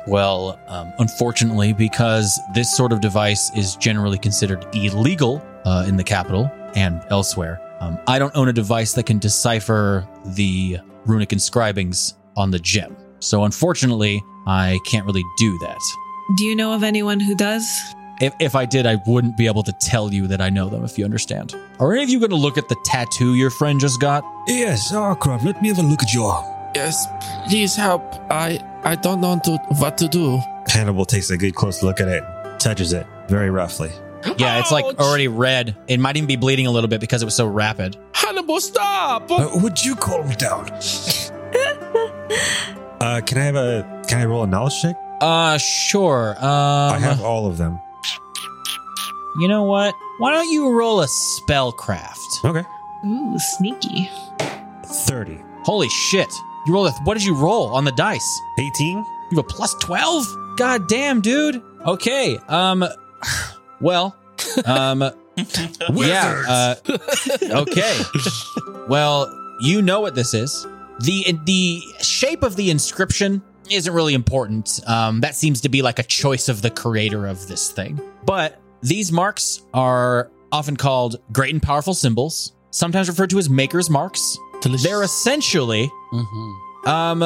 G: Well, um, unfortunately, because this sort of device is generally considered illegal uh, in the capital and elsewhere, um, I don't own a device that can decipher the runic inscribings on the gem. So, unfortunately, I can't really do that.
B: Do you know of anyone who does?
G: If, if I did, I wouldn't be able to tell you that I know them, if you understand. Are any of you going to look at the tattoo your friend just got?
J: Yes, Arkrov, let me have a look at your arm.
D: Yes, please help. I I don't know to, what to do.
C: Hannibal takes a good close look at it, touches it very roughly.
G: Yeah, it's like
D: Ouch!
G: already red. It might even be bleeding a little bit because it was so rapid.
D: Hannibal, stop!
J: Uh, would you calm down?
C: Uh, can I have a? Can I roll a knowledge check?
G: Uh, sure. Um,
C: I have all of them.
G: You know what? Why don't you roll a spellcraft?
C: Okay,
B: Ooh, sneaky.
C: thirty.
G: Holy shit. You rolled a what did you roll on the dice?
C: 18?
G: You have a plus 12? God damn, dude. Okay. Um well, um yeah, uh, okay. Well, you know what this is. The the shape of the inscription isn't really important. Um that seems to be like a choice of the creator of this thing. But these marks are often called great and powerful symbols, sometimes referred to as maker's marks. They're essentially um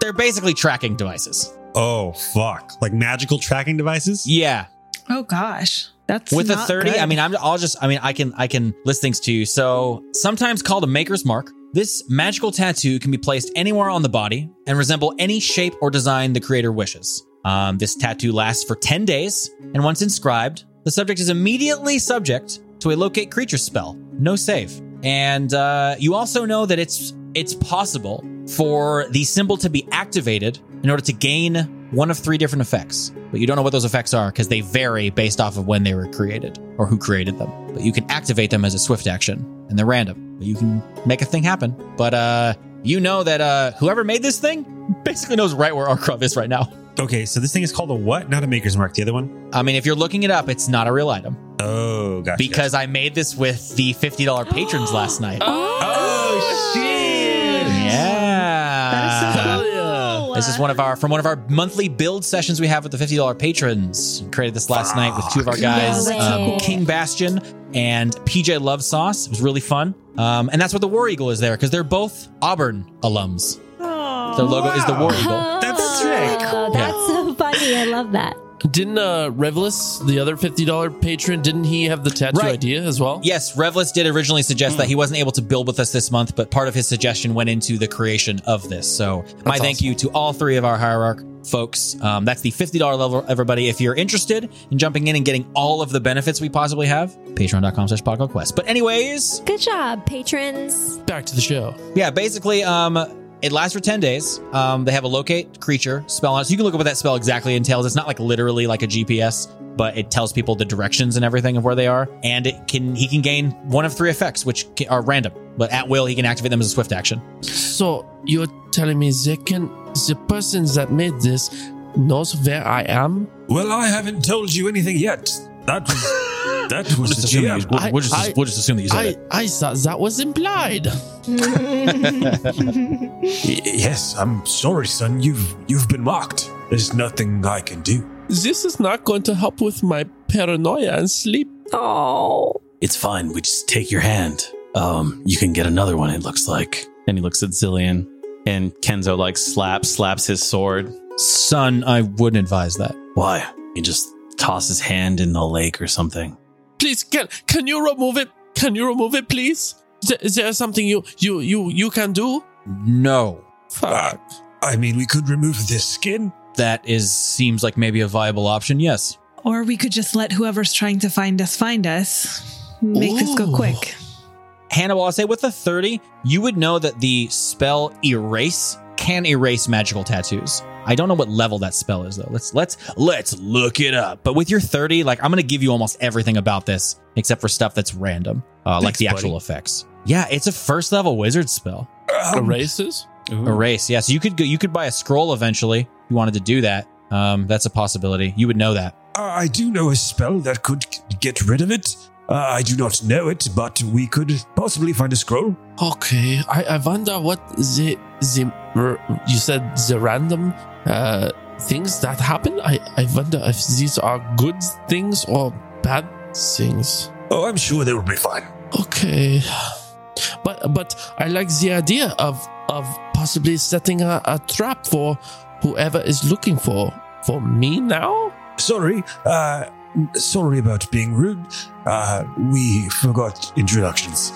G: they're basically tracking devices.
C: Oh, fuck. Like magical tracking devices?
G: Yeah.
B: Oh gosh. That's
G: with a
B: not
G: 30
B: good.
G: i mean I'm, i'll just i mean i can i can list things to you so sometimes called a maker's mark
A: This magical tattoo can be placed anywhere on the body and resemble any shape or design the creator wishes. Um, this tattoo lasts for 10 days, and once inscribed, the subject is immediately subject to a locate creature spell, no save. And uh, you also know that it's it's possible for the symbol to be activated in order to gain one of three different effects, but you don't know what those effects are because they vary based off of when they were created or who created them. But you can activate them as a swift action, and they're random. But you can make a thing happen. But uh, you know that uh, whoever made this thing basically knows right where Arkrov is right now.
I: Okay, so this thing is called a what? Not a maker's mark. The other one?
A: I mean, if you're looking it up, it's not a real item
I: Oh, gotcha.
A: because I made this with the $50 patrons last night.
I: oh shit!
A: Yeah.
B: That is so cool.
A: This is one of our from one of our monthly build sessions we have with the fifty dollar patrons. Created this last night with two of our guys,
E: No
A: um,
E: way.
A: King Bastion and PJ Love Sauce. It was really fun, um, and that's what the War Eagle is there because they're both Auburn alums. Their logo is the War Eagle.
I: That's really
E: cool. Oh, That's so funny. I love that.
D: Didn't uh, Revelous, the other $50 patron, didn't he have the tattoo
A: Right.
D: idea as well?
A: Yes, Revless did originally suggest that he wasn't able to build with us this month, but part of his suggestion went into the creation of this. So, my thank you to all three of our hierarch folks. Um, that's the $50 level, everybody. If you're interested in jumping in and getting all of the benefits we possibly have, patreon.com slash podcast quest. But, anyways,
E: Good job, patrons.
D: Back to the show.
A: yeah, basically, um, it lasts for 10 days. Um, they have a locate creature spell on it. So, you can look up what that spell exactly entails. It's not like literally like a GPS. But it tells people the directions and everything of where they are, and it can he can gain one of three effects, which ca- are random, but at will he can activate them as a swift action.
D: So you're telling me they can, the person that made this knows where I am?
C: Well, I haven't told you anything yet. That was, that was the GM.
H: we'll, we'll just,
D: I-
H: we'll just assume that you said
D: I,
H: it.
D: I thought that was implied.
C: Y- Yes, I'm sorry, son. You've you've been mocked. There's nothing I can do.
D: This is not going to help with my paranoia and sleep.
E: Oh.
F: It's fine. We just take your hand. Um, you can get another one. It looks like.
H: And he looks at Zillion, and Kenzo like slaps slaps his sword.
A: Son, I wouldn't advise that.
F: Why? He just toss his hand in the lake or something.
D: Please, can can you remove it? Can you remove it, please? Th- Is there something you you you you can do?
A: No.
D: Fuck.
C: Uh, I mean, we could remove this skin.
A: That is seems like maybe a viable option. Yes.
B: Or we could just let whoever's trying to find us find us. Make this go
D: Ooh.
B: quick.
A: Hannibal, I'll say with a 30, you would know that the spell erase can erase magical tattoos. I don't know what level that spell is though. Let's let's let's look it up. But with your 30, like I'm gonna give you almost everything about this, except for stuff that's random. Uh, like
C: Thanks,
A: the actual
C: buddy.
A: effects. Yeah, it's a first level wizard spell.
C: Um,
D: Erases?
A: Erase. Yeah, so you could go you could buy a scroll eventually if you wanted to do that. Um, that's a possibility. You would know that.
C: Uh, I I do know a spell that could g- get rid of it. Uh, I do not know it, but we could possibly find a scroll.
D: Okay, I, I wonder what the the r- you said the random uh, things that happen. I I wonder if these are good things or bad things.
C: Oh, I'm sure they will be fine.
D: Okay, but but I like the idea of of possibly setting a, a trap for whoever is looking for for me now.
C: Sorry, uh, sorry about being rude. Uh, we forgot introductions.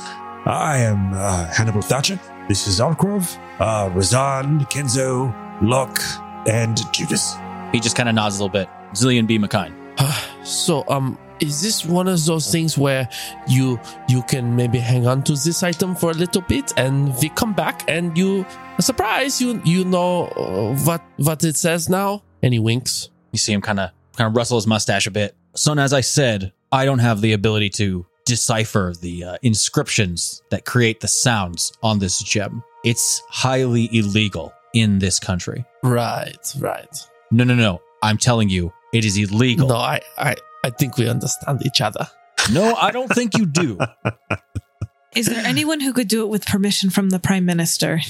C: I am uh, Hannibal Thatcher. This is Arkrov, uh, Razan, Kenzo, Locke, and Judas.
A: He just kind of nods a little bit. Zillion B. McKine.
D: So um. Is this one of those things where you you can maybe hang on to this item for a little bit, and we come back, and you surprise you you know uh, what what it says now? And he winks.
A: You see him kind of kind of rustle his mustache a bit. Son, as I said, I don't have the ability to decipher the uh, inscriptions that create the sounds on this gem. It's highly illegal in this country.
D: Right, right.
A: No, no, no. I'm telling you, it is illegal.
D: No, I I I think we understand each other.
A: no I don't think you do.
B: Is there anyone who could do it with permission from the prime minister?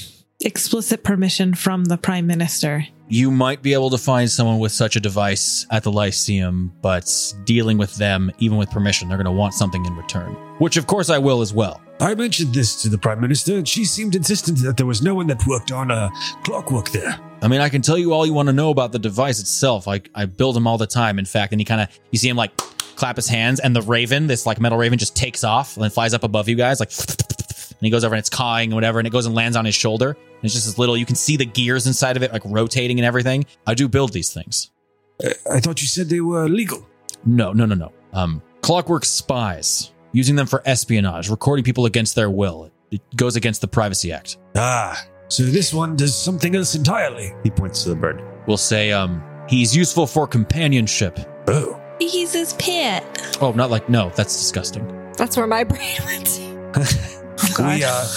B: Explicit permission from the prime minister.
A: you might be able to find someone with such a device at the Lyceum, but dealing with them, even with permission, they're going to want something in return. Which, of course, I will as well.
C: I mentioned this to the Prime Minister, and she seemed insistent that there was no one that worked on uh, clockwork there.
A: I mean, I can tell you all you want to know about the device itself. I, I build them all the time, in fact. And he kind of, you see him like clap his hands, and the raven, this like metal raven, just takes off and then flies up above you guys, like, and he goes over and it's cawing and whatever, and it goes and lands on his shoulder. And it's just this little, you can see the gears inside of it, like rotating and everything. I do build these things.
C: I, Uh, I thought you said they were legal.
A: No, no, no, no. Um, clockwork spies, using them for espionage, recording people against their will. It goes against the Privacy Act.
C: Ah, so this one does something else entirely.
I: He points to the bird.
A: We'll say, um, he's useful for companionship.
C: Oh,
E: He's his pet.
A: Oh, not like, no, that's disgusting.
E: That's where my brain went. to.
C: we uh,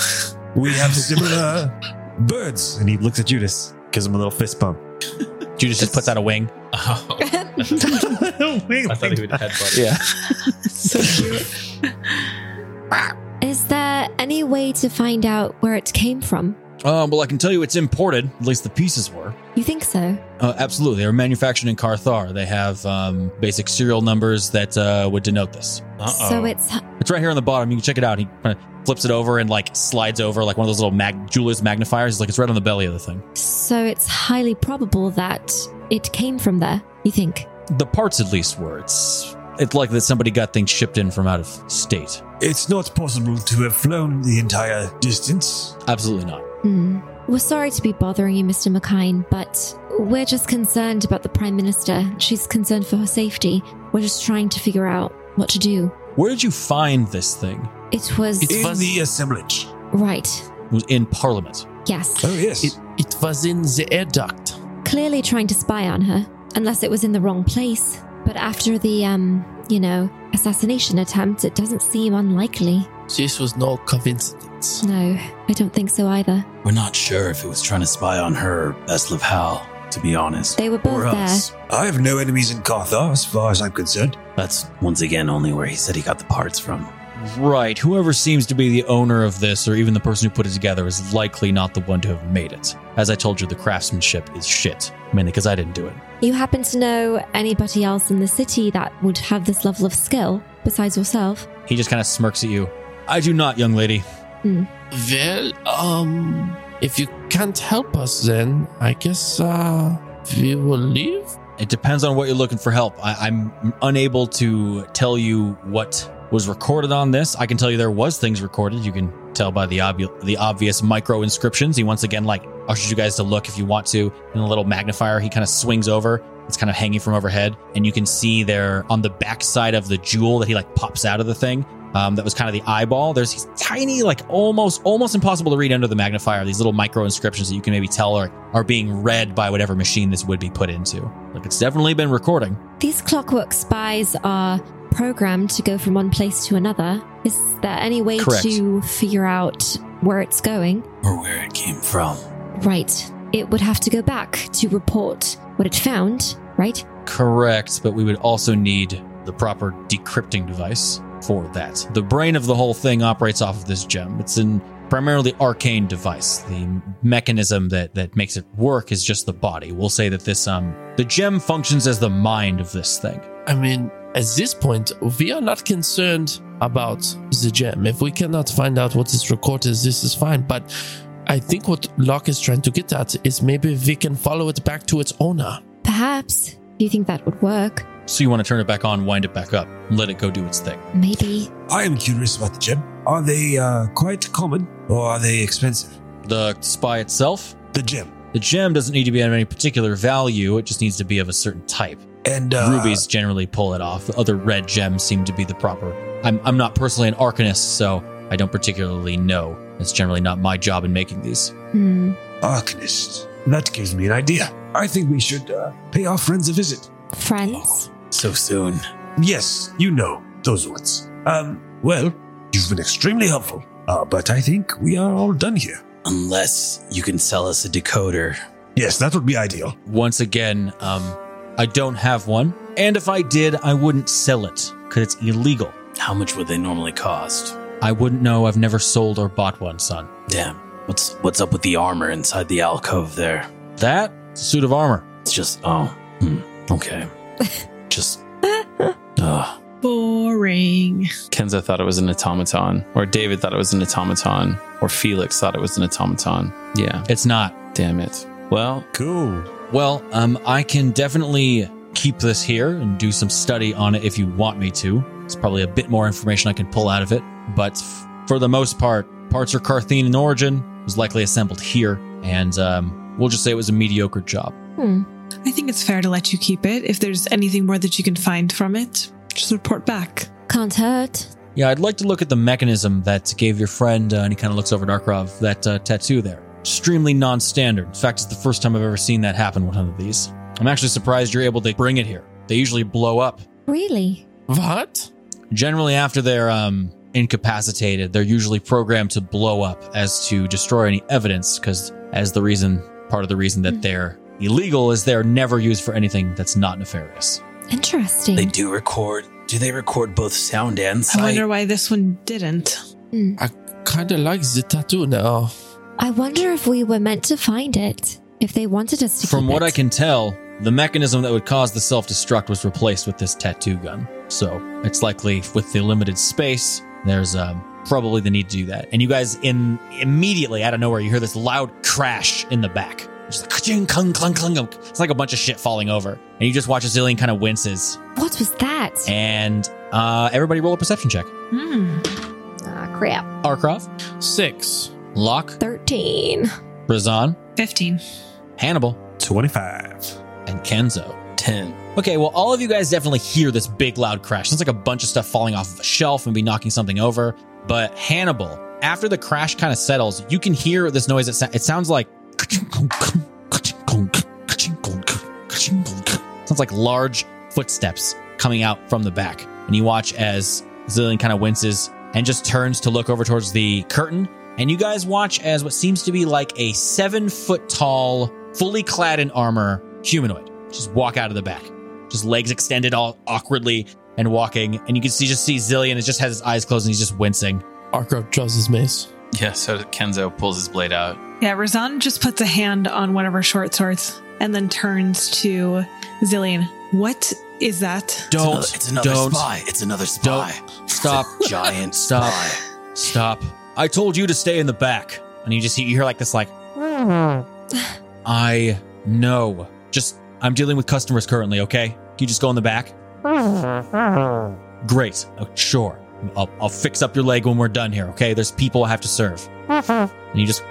C: we have similar birds.
I: And he looks at Judas, gives him a little fist bump.
A: Judas just puts out a wing.
H: Oh, I
I: I
H: thought he would headbutt.
A: Yeah.
B: So cute.
E: Is there any way to find out where it came from?
A: Um, well, I can tell you it's imported, at least the pieces were.
E: You think so?
A: Uh, absolutely. They're manufactured in Carthar. They have um, basic serial numbers that uh, would denote this.
H: Uh-oh.
E: So it's
A: It's right here on the bottom. You can check it out. He kind of flips it over and like slides over like one of those little mag- Julius magnifiers. He's like, it's right on the belly of the thing.
E: so it's highly probable that it came from there. You think?
A: The parts, at least, were. It's it's likely that somebody got things shipped in from out of state.
C: It's not possible to have flown the entire distance.
A: Absolutely not.
E: Hmm. We're sorry to be bothering you, Mr. McKine, but we're just concerned about the Prime Minister. She's concerned for her safety. We're just trying to figure out what to do.
A: Where did you find this thing?
E: It was
D: It's
C: in
D: fuzz-
C: the assemblage.
E: right.
A: It was in Parliament.
E: Yes.
C: Oh yes,
D: It, it was in the air duct.
E: Clearly trying to spy on her, unless it was in the wrong place. But after the um, you know, assassination attempt, it doesn't seem unlikely.
D: This was no coincidence.
E: No, I don't think so either.
F: We're not sure if it was trying to spy on her, Best of Hal, to be honest.
E: They were
C: or
E: both there.
C: else. I have no enemies in Carthar, as far as I'm concerned.
F: That's once again only where he said he got the parts from.
A: Right. Whoever seems to be the owner of this, or even the person who put it together, is likely not the one to have made it. As I told you, the craftsmanship is shit. Mainly because I didn't do it.
E: You happen to know anybody else in the city that would have this level of skill besides yourself?
A: He just kind of smirks at you. I do not, young lady.
D: Well, um, if you can't help us, then I guess uh, we will leave.
A: It depends on what you're looking for help. I, I'm unable to tell you what was recorded on this. I can tell you there was things recorded. You can tell by the obvi- the obvious micro inscriptions. He once again like ushers you guys to look if you want to. In a little magnifier, he kind of swings over. It's kind of hanging from overhead, and you can see there on the backside of the jewel that he like pops out of the thing. Um, that was kind of the eyeball. There's these tiny, like almost almost impossible to read under the magnifier. These little micro inscriptions that you can maybe tell are are being read by whatever machine this would be put into. Like it's definitely been recording.
E: These clockwork spies are programmed to go from one place to another. Is there any way
A: Correct.
E: to figure out where it's going?
F: Or where it came from.
E: Right. It would have to go back to report what it found, right?
A: Correct, but we would also need the proper decrypting device for that. The brain of the whole thing operates off of this gem. It's an primarily arcane device. The mechanism that that makes it work is just the body. We'll say that this um the gem functions as the mind of this thing.
D: I mean, at this point, we are not concerned about the gem. If we cannot find out what is recorded, this is fine. But I think what Locke is trying to get at is maybe we can follow it back to its owner.
E: Perhaps. Do you think that would work?
A: So you want to turn it back on, wind it back up, and let it go do its thing.
E: Maybe.
C: I am curious about the gem. Are they uh, quite common, or are they expensive?
A: The spy itself,
C: The gem
A: the gem doesn't need to be of any particular value, it just needs to be of a certain type.
C: and uh,
A: rubies generally pull it off. Other red gems seem to be the proper. I'm, I'm not personally an arcanist, so I don't particularly know. It's generally not my job in making these.
E: Hmm.
C: Arcanist. That gives me an idea. I think we should uh, pay our friends a visit.
E: Friends?
F: So soon.
C: Yes, you know those ones. Um, well, you've been extremely helpful. Uh, but I think we are all done here.
F: Unless you can sell us a decoder.
C: Yes, that would be ideal.
A: Once again, um, I don't have one, and if I did, I wouldn't sell it because it's illegal.
F: How much would they normally cost?
A: I wouldn't know. I've never sold or bought one, son.
F: Damn. What's what's up with the armor inside the alcove there?
A: That it's a suit of armor.
F: It's just oh. Hmm, okay. just uh,
B: Boring.
H: Kenza thought it was an automaton, or David thought it was an automaton, or Felix thought it was an automaton. Yeah,
A: It's not.
H: damn it. Well,
C: Cool.
A: Well, um, I can definitely keep this here and do some study on it if you want me to. It's probably a bit more information I can pull out of it, but f- for the most part, parts are Carthene in origin. It was likely assembled here, and um, we'll just say it was a mediocre job.
B: I think it's fair to let you keep it. If there's anything more that you can find from it, just report back.
E: Can't hurt.
A: Yeah, I'd like to look at the mechanism that gave your friend, uh, and he kind of looks over at Arkrov, that uh, tattoo there. Extremely non standard. In fact, it's the first time I've ever seen that happen with one of these. I'm actually surprised you're able to bring it here. They usually blow up.
E: Really?
D: What?
A: Generally, after they're um, incapacitated, they're usually programmed to blow up as to destroy any evidence, because as the reason, part of the reason that
E: Mm.
A: they're illegal is they're never used for anything that's not nefarious.
E: Interesting.
F: They do record. Do they record both sound and
B: I
F: sight?
B: wonder why this one didn't.
E: Hmm.
D: Kind of like the tattoo now.
E: I wonder if we were meant to find it. If they wanted us to.
A: From
E: keep
A: what
E: it.
A: I can tell, the mechanism that would cause the self destruct was replaced with this tattoo gun. So it's likely with the limited space, there's um, probably the need to do that. And you guys, in immediately out of nowhere, you hear this loud crash in the back. Just like, ka-ching, clung, clung, clung. It's like a bunch of shit falling over. And you just watch as Zillion kind of winces.
E: What was
A: Eh.
E: that?
A: And uh, everybody roll a perception check.
B: Hmm.
E: Ah, crap.
A: Arkrov,
D: Six.
A: Locke,
E: Thirteen.
A: Razan,
B: 15.
A: Hannibal,
I: 25.
A: and Kenzo.
F: Ten.
A: Okay, well, all of you guys definitely hear this big loud crash. Sounds like a bunch of stuff falling off of a shelf and be knocking something over. But Hannibal, after the crash kind of settles, you can hear this noise. It, sa- it sounds like sounds like large footsteps coming out from the back. And you watch as Zillion kind of winces and just turns to look over towards the curtain. And you guys watch as what seems to be like a seven foot tall, fully clad in armor humanoid just walk out of the back just legs extended all awkwardly and walking. And you can see just see Zillion is just has his eyes closed and he's just wincing.
D: Arkrop draws his mace.
H: Yeah, so Kenzo pulls his blade out.
B: Yeah, Razan just puts a hand on one of her short swords and then turns to Zillion. What is that?
F: It's
A: Don't
F: another- It's another,
A: don't,
F: spy. It's another spy.
A: stop,
F: Giant
A: Stop.
F: spy.
A: stop. I told you to stay in the back. And you just hear, you hear like this like I know. Just I'm dealing with customers currently, okay? Can you just go in the back? Great. Oh, sure. I'll, I'll fix up your leg when we're done here, okay? There's people I have to serve. and he just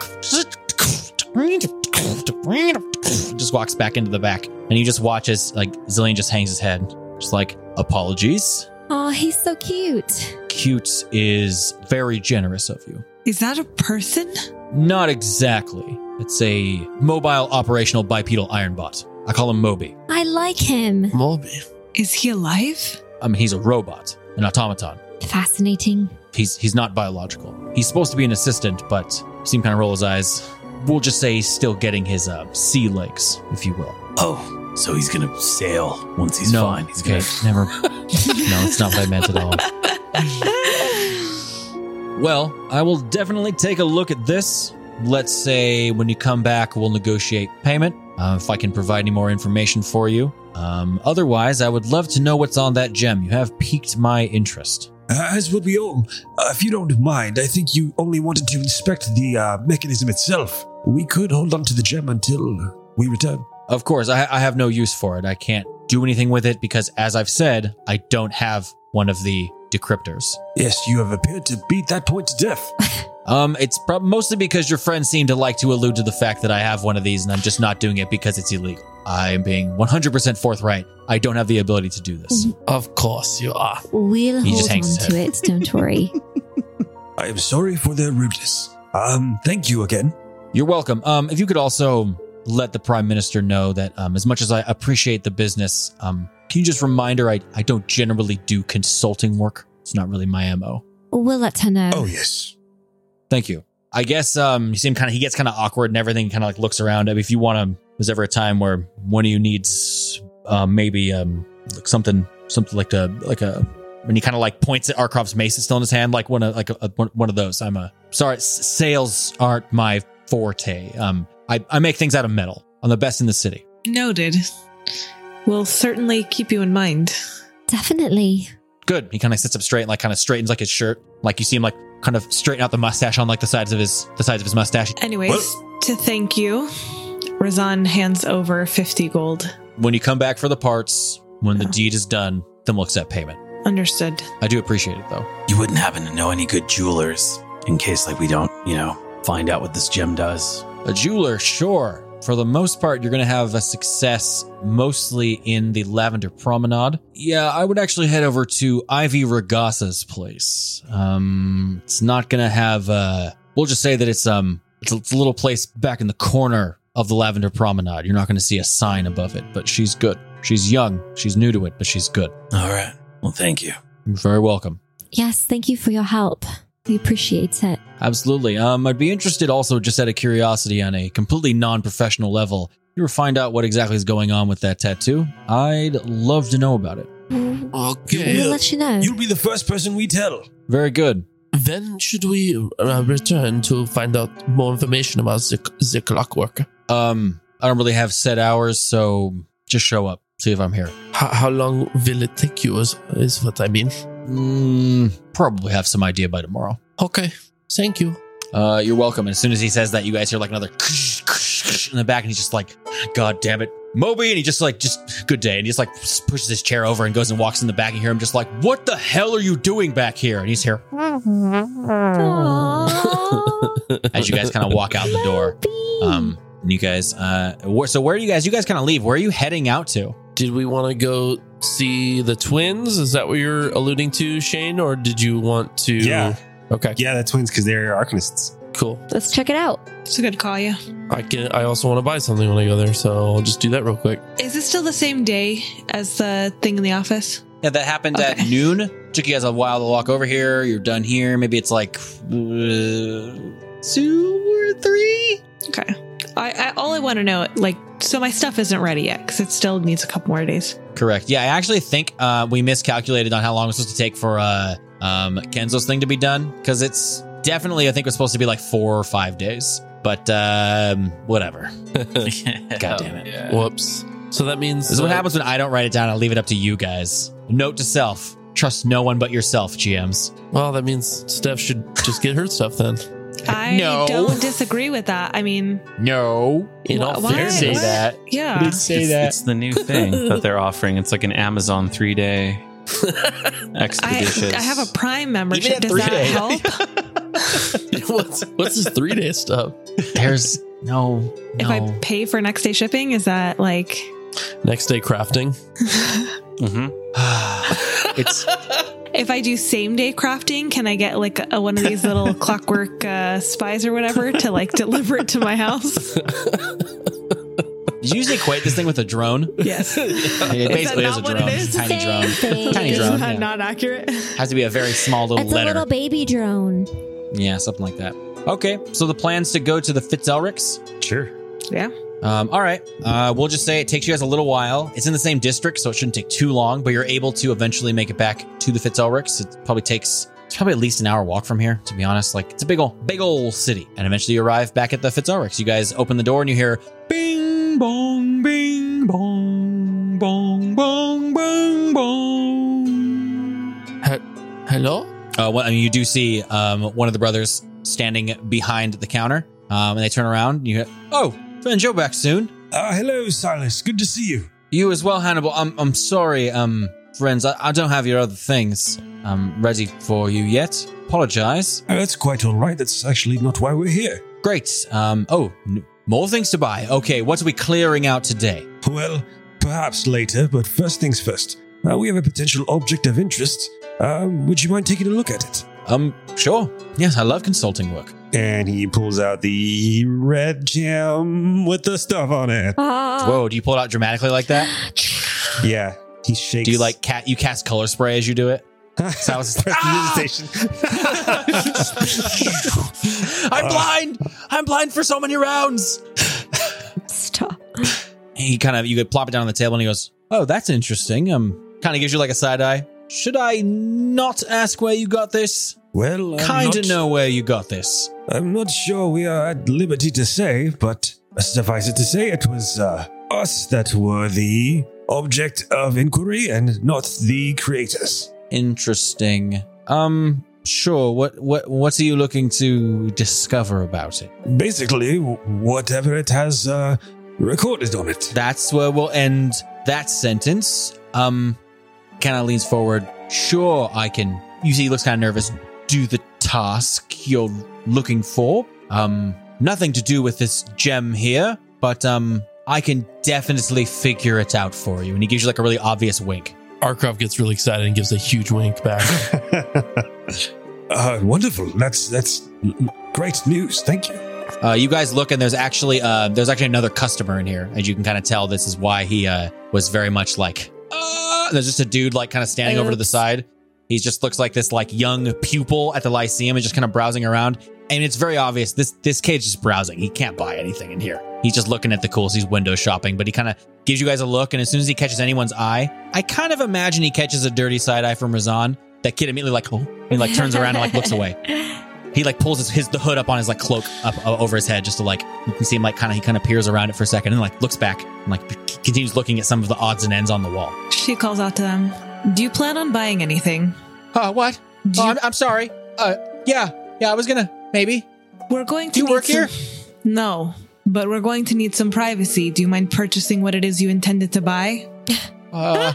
A: just walks back into the back and you just watch as like zillion just hangs his head just like apologies
E: Oh, he's so cute.
A: cute is very generous of you
B: Is that a person?
A: not exactly it's a mobile operational bipedal iron bot i call him moby
E: I like him.
D: Moby.
B: Is he alive?
A: i mean he's a robot an automaton
E: Fascinating.
A: he's he's not biological he's supposed to be an assistant but seem kind of roll his eyes we'll just say he's still getting his uh, sea legs if you will
F: Oh, so he's gonna sail once he's
A: no,
F: fine. He's
A: okay, never.
F: gonna.
A: no, it's not what I meant at all. Well, I will definitely take a look at this. Let's say when you come back, we'll negotiate payment uh, if I can provide any more information for you. Um, otherwise, I would love to know what's on that gem. You have piqued my interest.
C: As would we all. Uh, if you don't mind, I think you only wanted to inspect the uh, mechanism itself. We could hold on to the gem until we return.
A: Of course, I, I have no use for it. I can't do anything with it because, as I've said, I don't have one of the decryptors.
C: Yes, you have appeared to beat that point to death.
A: Um, it's prob- mostly because your friends seem to like to allude to the fact that I have one of these and I'm just not doing it because it's illegal. I'm being 100% forthright. I don't have the ability to do this.
D: Of course you are.
E: We'll
A: He just
E: hold on
A: hangs his
E: to it. Don't worry.
C: I am sorry for their rudeness. Um, thank you again.
A: You're welcome. Um, if you could also let the prime minister know that, um, as much as I appreciate the business, um, can you just remind her I, I don't generally do consulting work? It's not really my MO.
E: we'll let her
F: Mm.
E: know.
C: Oh, yes.
A: Thank you. I guess, um, you seem kind of, he gets kind of awkward and everything kind of like looks around. I mean, if you want to, was ever a time where one of you needs, um, maybe, um, like something, something like a, like a, when he kind of like points at Arkrov's mace that's still in his hand, like one of like a, a- one, one of those. I'm a sorry, s- sales aren't my forte. Um, I, I make things out of metal. I'm the best in the city.
B: Noted. We'll certainly keep you in mind.
E: Definitely.
A: Good. He kind of sits up straight and like kind of straightens like his shirt. Like you see him like kind of straighten out the mustache on like the sides of his the sides of his mustache.
B: Anyways, to thank you, Razan hands over 50 gold.
A: When you come back for the parts, when the deed is done, then we'll accept payment.
B: Understood.
A: I do appreciate it though.
F: You wouldn't happen to know any good jewelers. in case like we don't, you know, find out what this gem does.
A: A jeweler, sure. For the most part, you're going to have a success mostly in the Lavender Promenade. Yeah, I would actually head over to Ivy Ragasa's place. Um, it's not going to have. Uh, we'll just say that it's um, it's a, it's a little place back in the corner of the Lavender Promenade. You're not going to see a sign above it, but she's good. She's young. She's new to it, but she's good.
F: All right. Well, thank you.
A: You're very welcome.
E: Yes, thank you for your help. We appreciate it.
A: Absolutely. Um, I'd be interested also, just out of curiosity, on a completely non professional level, if you were to find out what exactly is going on with that tattoo. I'd love to know about it.
F: Okay.
E: We'll let you know.
C: You'll be the first person we tell.
A: Very good.
D: When should we uh, return to find out more information about the, the clockwork? H-
A: Um, I don't really have set hours, so just show up, see if I'm here.
D: how long will it take you, is, is what I mean.
A: Mm, probably have some idea by tomorrow.
D: Okay. Thank you.
A: Uh, you're welcome. And as soon as he says that, you guys hear like another in the back, and he's just like, "God damn it, Moby!" And he just like, "Just good day," and he just like pushes his chair over and goes and walks in the back. And you hear him just like, "What the hell are you doing back here?" And he's here
E: Aww.
A: as you guys kind of walk out the door. Um, and you guys, uh, wh- so where are you guys? You guys kind of leave. Where are you heading out to?
D: Did we want to go see the twins? Is that what you're alluding to, Shane? Or did you want to?
I: Yeah.
D: Okay.
I: Yeah, the twins because they're arcanists.
D: Cool.
E: Let's check it out.
B: It's a good call, yeah.
D: I can. I also want to buy something when I go there, so I'll just do that real quick.
B: Is it still the same day as the thing in the office?
A: Yeah, that happened at
B: Okay.
A: noon. Took you guys a while to walk over here. You're done here. Maybe it's like uh, two or three.
B: Okay. I, I all I want to know, like, so my stuff isn't ready yet because it still needs a couple more days.
A: Correct. Yeah, I actually think uh, we miscalculated on how long it was supposed to take for uh, um, Kenzo's thing to be done because it's definitely, I think, it was supposed to be like four or five days. But um, whatever. God damn it.
H: Yeah.
D: Whoops. So that means
A: This is what
D: that-
A: happens when I don't write it down. I leave it up to you guys. Note to self: trust no one but yourself, GMs.
D: Well, that means Steph should just get her stuff then.
B: I
A: No.
B: don't disagree with that. I mean,
A: No,
D: In all
B: Why-
D: fairness,
B: say that. yeah.
A: say
H: it's, it's the new thing that they're offering. It's like an Amazon three day
B: I,
H: expedition.
B: I have a Prime
A: Even
B: membership.
A: at
B: Does
A: three
B: that
A: days.
B: help?
D: what's what's this three day stuff?
A: There's no,
B: If
A: no.
B: I pay for next day shipping, is that like?
D: Next day crafting.
F: Mm-hmm.
H: Mhm.
A: it's
B: If I do same day crafting, can I get like a, one of these little clockwork uh, spies or whatever to like deliver it to my house?
A: did you usually equate this thing with a drone?
B: Yes.
A: It basically is
B: that
A: a
B: not what
A: drone.
B: it is?
A: It's a Tiny
E: Same
A: drone.
E: thing.
A: Tiny
B: Is
A: drone.
B: that
A: yeah.
B: not accurate?
A: Has to be a very small little
E: It's a
A: letter.
E: little baby drone.
A: Yeah, something like that. Okay, so the plan's to go to the Fitzelrics.
I: Sure.
A: Um, all right, uh, we'll just say it takes you guys a little while. It's in the same district, so it shouldn't take too long. But you're able to eventually make it back to the Fitzelrics. It probably takes it's probably at least an hour walk from here, to be honest. Like it's a big old big old city, and eventually you arrive back at the Fitzelrics. You guys open the door and you hear bing bong bing bong bong bong bong bong.
D: Hello.
A: Uh, well, I mean, you do see um, one of the brothers standing behind the counter, um, and they turn around. And you, oh, friend Joe back soon.
C: Uh, hello, Silas. Good to see you.
A: You as well, Hannibal. I'm I'm sorry, um, friends. I, I don't have your other things um ready for you yet. Apologize.
C: Uh, that's quite all right. That's actually not why we're here.
A: Great. Um. Oh, n- more things to buy. Okay, what are we clearing out today?
C: Well, perhaps later, but first things first. Uh, we have a potential object of interest. Um, would you mind taking a look at it?
A: Um. Sure. Yes, I love consulting work.
I: And he pulls out the red gem with the stuff on it.
E: Ah.
A: Whoa! Do you pull it out dramatically like that?
I: Yeah. He shakes.
A: Do you like cat? You cast color spray as you do it. Silas is like, "Ah!" I'm
I: Uh.
A: blind. I'm blind for so many rounds.
E: Stop.
A: he kind of you could plop it down on the table and he goes, "Oh, that's interesting." Um, kind of gives you like a side eye. Should I not ask where you got this?
C: Well, I'm
A: Kind
C: not-
A: of know where you got this.
C: I'm not sure we are at liberty to say, but suffice it to say, it was uh, us that were the object of inquiry and not the creators.
A: Interesting. Um, sure. What what what are you looking to discover about it?
C: Basically, w- whatever it has uh, recorded on it.
A: That's where we'll end that sentence. Um, kind of leans forward. Sure, I can. You see, he looks kind of nervous. Do the task you're looking for. Um, nothing to do with this gem here, but um, I can definitely figure it out for you. And he gives you like a really obvious wink.
D: Arcroft gets really excited and gives a huge wink back.
C: uh, wonderful. That's that's great news. Thank you.
A: Uh, you guys look, and there's actually uh, there's actually another customer in here, as you can kind of tell. This is why he uh, was very much like. "Ah!" There's just a dude like kind of standing over to the
B: Oops.
A: side. He just looks like this like young pupil at the Lyceum and just kind of browsing around. And it's very obvious this this kid's just browsing. He can't buy anything in here. He's just looking at the coolest. He's window shopping, but he kind of gives you guys a look. And as soon as he catches anyone's eye, I kind of imagine he catches a dirty side eye from Razan. That kid immediately like oh, he like turns around and like looks away. He like pulls his, his the hood up on his like cloak up uh, over his head just to like you can see him like kind of he kind of peers around it for a second and like looks back and like c- continues looking at some of the odds and ends on the wall.
B: She calls out to them. Do you plan on buying anything?
A: Uh, what?
B: Do you-
A: I'm sorry. Uh, yeah, yeah, I was gonna maybe.
B: we're going to
A: Do you
B: need
A: work
B: some-
A: here?
B: No, but we're going to need some privacy. Do you mind purchasing what it is you intended to buy?
A: Uh,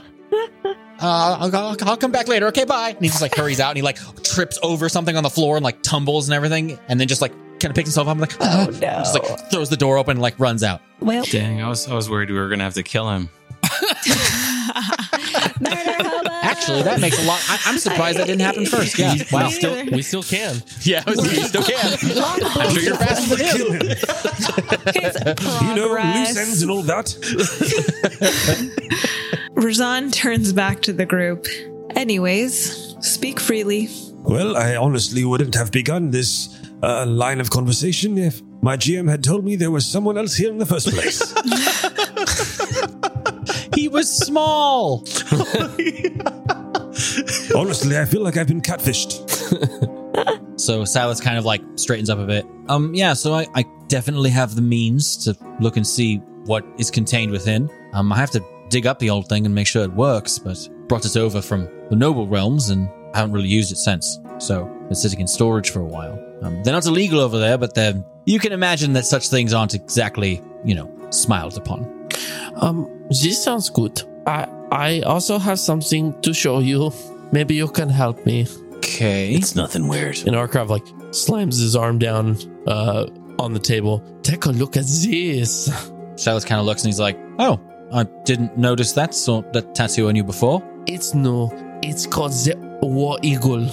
A: uh, I'll, I'll, I'll come back later. Okay, bye. And he just like hurries out and he like trips over something on the floor and like tumbles and everything, and then just like kind of picks himself up and like oh no, just like throws the door open and like runs out.
B: Well,
H: Dang, I was I was worried we were gonna have to kill him.
E: Murder hobo.
A: Actually, that makes a lot. I, I'm surprised that didn't happen first. Yeah, wow.
D: we still we still can.
A: Yeah, I was, you still can. I'm sure you're faster than him.
C: Kill him. you know, loose ends and all that.
B: Razan turns back to the group. Anyways, speak freely.
C: Well, I honestly wouldn't have begun this uh, line of conversation if my GM had told me there was someone else here in the first place.
A: He was small.
C: honestly, I feel like I've been catfished.
A: So Silas kind of like straightens up a bit. Um, yeah, so I, I definitely have the means to look and see what is contained within. Um, I have to dig up the old thing and make sure it works, but brought it over from the noble realms and I haven't really used it since. So it's sitting in storage for a while. Um, they're not illegal over there, but they're, you can imagine that such things aren't exactly, you know, smiled upon.
D: Um, this sounds good. I I also have something to show you. Maybe you can help me.
A: Okay.
F: It's nothing weird.
D: And Arkrov like slams his arm down uh on the table. Take a look at this.
A: Silas kind of looks and he's like, oh, I didn't notice that sort that tattoo on you before.
D: It's new. It's called the War Eagle.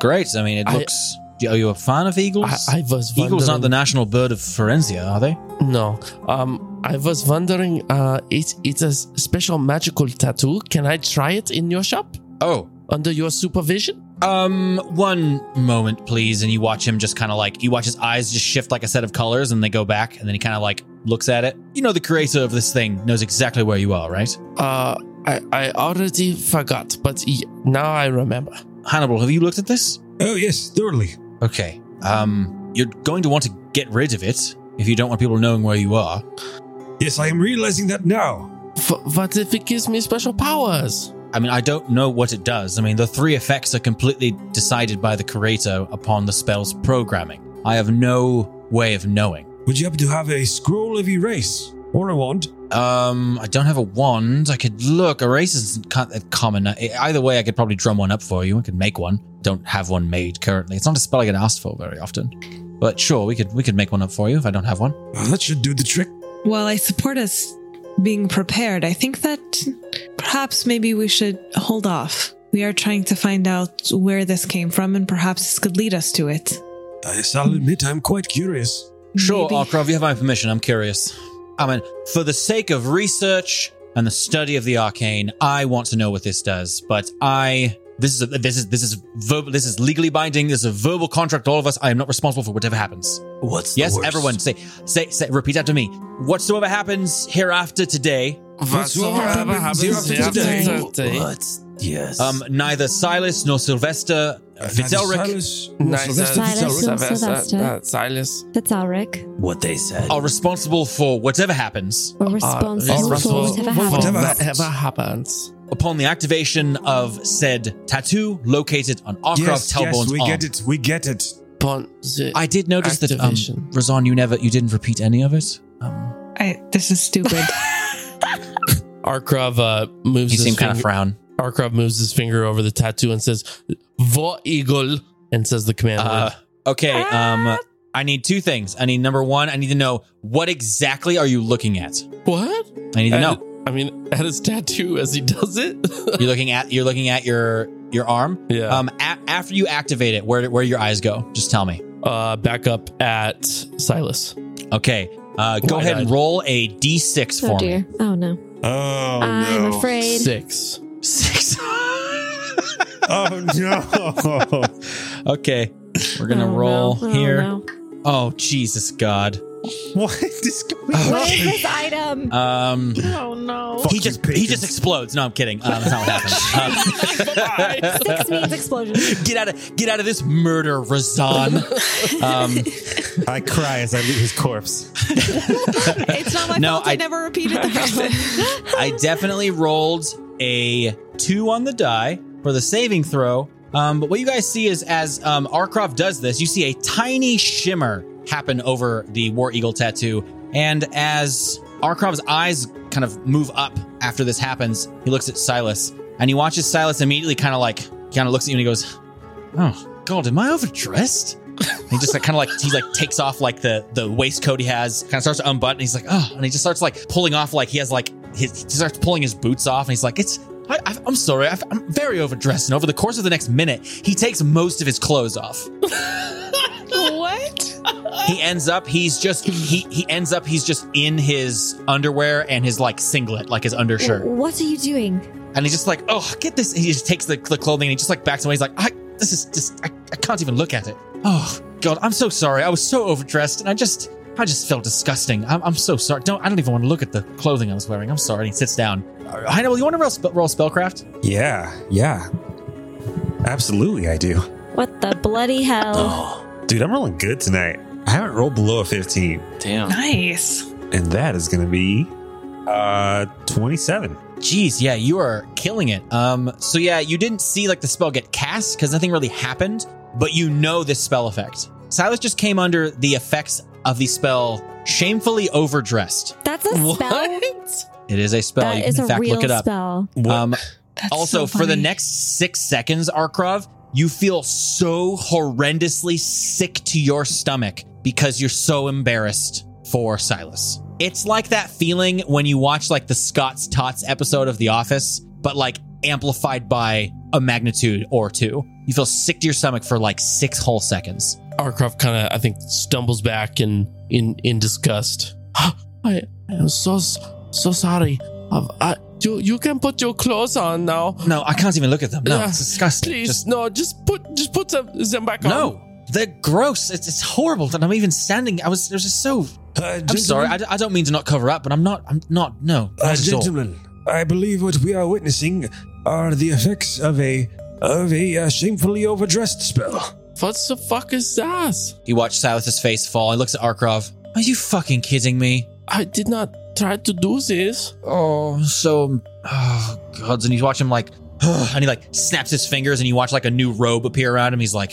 A: Great. I mean, it
D: I-
A: looks. Are you a fan of eagles?
D: I, I was wondering,
A: Eagles aren't the national bird of Forenzia, are they?
D: no. Um, I was wondering. Uh, it's it's a s- special magical tattoo. Can I try it in your shop
A: Oh.
D: under your supervision?
A: Um, one moment, please. And you watch him just kind of like, you watch his eyes just shift like a set of colors and they go back. And then he kind of like looks at it. You know, the creator of this thing knows exactly where you are, right?
D: Uh, I I already forgot, but y- now I remember.
A: Hannibal, have you looked at this?
C: Oh, yes, thoroughly.
A: Okay. Um, you're going to want to get rid of it if you don't want people knowing where you are.
C: Yes, I am realizing that now.
D: F- what if it gives me special powers?
A: I mean, I don't know what it does. I mean, the three effects are completely decided by the creator upon the spell's programming. I have no way of knowing.
C: Would you happen to have a scroll of erase or a wand?
A: Um, I don't have a wand. I could look. Erase isn't co- uh, common. Uh, Either way, I could probably drum one up for you. I could make one. Don't have one made currently. It's not a spell I get asked for very often. But sure, we could we could make one up for you if I don't have one.
C: Oh, that should do the trick.
B: While I support us being prepared, I think that perhaps maybe we should hold off. We are trying to find out where this came from, and perhaps this could lead us to it.
C: Yes, I'll admit I'm quite curious.
A: Sure,
B: Maybe.
A: Arkrov, you have my permission. I'm curious. I mean, for the sake of research and the study of the arcane, I want to know what this does. But I this is a, this is this is verbal. This is legally binding. This is a verbal contract. All of us. I am not responsible for whatever happens.
F: What's the
A: Yes,
F: worst?
A: everyone say, say, say, repeat after me. Whatsoever happens hereafter today,
C: Whatsoever happens today.
F: What's yes?
A: um, neither Silas nor Sylvester uh, Fitzelric
C: Cyrus, no, Sylvester
E: Silas.
C: Fitzalric.
E: Sylvester, Sylvester. uh,
D: uh, Silas.
E: That's Alric.
F: what they said.
D: oh,
A: are responsible for whatever happens
E: We're responsible for
A: responsible
E: whatever
C: for
E: happens.
C: whatever
D: uh, Whatever happens.
A: upon the activation of said tattoo located on Arkrov
C: Yes, yes,
A: Talbon's
C: we
A: arm.
C: get it. We get it.
D: Upon the-
A: I did notice that um,
D: Activation.
A: Razan, you never, you didn't repeat any of it. Um,
B: I, this is stupid.
D: Arkrov uh, moves.
A: you
D: his
A: seem kind of
D: finger-
A: frown.
D: Arkrov moves his finger over the tattoo and says, "Vor eagle and says the command
A: Uh,
D: word.
A: okay. Um, I need two things. I need number one. I need to know what exactly are you looking at.
D: What?
A: I need to
C: Uh,
A: know.
D: At- I mean, at his tattoo as he does it.
A: You're looking at you're looking at your your arm.
D: yeah.
A: Um, a- after you activate it, where where your eyes go? Just tell me.
D: uh, back up at Silas.
A: Okay. Uh, go
D: Wide-eyed.
A: ahead and roll a d6 for
E: Oh
A: me.
E: dear. Oh no.
C: Oh,
E: I'm
C: no.
E: afraid.
D: Six.
A: Six.
C: Oh, no.
A: okay. We're gonna
E: Oh, no.
A: roll
E: Oh,
A: here.
E: no.
A: Oh Jesus God.
C: what is going
E: What
C: on?
E: is this item?
A: Um.
E: Oh no.
C: Fuck
A: he
C: you,
A: just he
C: Pickens.
A: just explodes. No, I'm kidding. Uh, that's not what happened. Um,
E: Six means explosion.
A: get out of get out of this murder, Razan. Um,
I: I cry as I loot his corpse.
B: It's not my
A: No,
B: fault. I,
A: I-
B: never repeated the person.
A: I definitely rolled a two on the die for the saving throw. Um, but what you guys see is as um, Arcroft does this, you see a tiny shimmer happen over the War Eagle tattoo. And as Arcroft's eyes kind of move up after this happens, he looks at Silas and he watches Silas immediately kind of like, kind of looks at you and he goes, Oh, God, am I overdressed? And he just like kind of like he like takes off like the the waistcoat he has, kind of starts to unbutton. He's like, oh, and he just starts like pulling off like he has like his he starts pulling his boots off, and he's like, it's I, I, I'm sorry, I, I'm very overdressed. And over the course of the next minute, he takes most of his clothes off.
B: what?
A: He ends up he's just he he ends up he's just in his underwear and his like singlet, like his undershirt.
E: What are you doing?
A: And he's just like, oh, get this. He just takes the, the clothing and he just like backs away. He's like, I, this is just, I, I can't even look at it. Oh, God, I'm so sorry. I was so overdressed and I just, I just felt disgusting. I'm, I'm so sorry. Don't, I don't even want to look at the clothing I was wearing. I'm sorry. And he sits down. Uh, Hannibal, you want to roll, spe- roll spellcraft?
I: Yeah, yeah. Absolutely, I do.
E: What the bloody hell?
I: Oh, dude, I'm rolling good tonight. I haven't rolled below a 15,
H: Damn.
B: Nice.
I: and that is going to be uh 27.
A: Jeez, yeah, you are killing it. Um, so yeah, you didn't see like the spell get cast because nothing really happened, but you know this spell effect. Silas just came under the effects of the spell shamefully overdressed.
E: That's a
A: What?
E: spell.
A: It is a spell. you
E: That
A: can
E: is
A: in
E: a
A: fact
E: real
A: look it up.
E: spell.
A: Um,
B: That's
A: also,
B: so
A: for the
B: funny.
A: next six seconds, Arkrov, you feel so horrendously sick to your stomach because you're so embarrassed for Silas. It's like that feeling when you watch like the Scott's Tots episode of The Office, but like amplified by a magnitude or two. You feel sick to your stomach for like six whole seconds.
D: Arcroft kind of, I think, stumbles back in in in disgust. I am so so sorry. Um, I, you you can put your clothes on now.
A: No, I can't even look at them. No,
D: Yeah.
A: it's disgusting.
D: Please,
A: Just-
D: no, just put just put them, them back on.
A: no, they're gross. It's, it's horrible that I'm even standing. I was, it was just so
C: Uh,
A: I'm sorry. I,
C: gentlemen,
A: d- I don't mean to not cover up, but I'm not. I'm not. No.
C: uh,
A: not at all.
C: gentlemen, I believe what we are witnessing are the effects of a of a uh, shamefully overdressed spell.
D: What the fuck is that?
A: He watched Silas's face fall. He looks at Arkrov. Are you fucking kidding me?
D: I did not try to do this.
A: Oh, I'm so. Oh, God. And you watch him like. And he like snaps his fingers, and you watch like a new robe appear around him. He's like,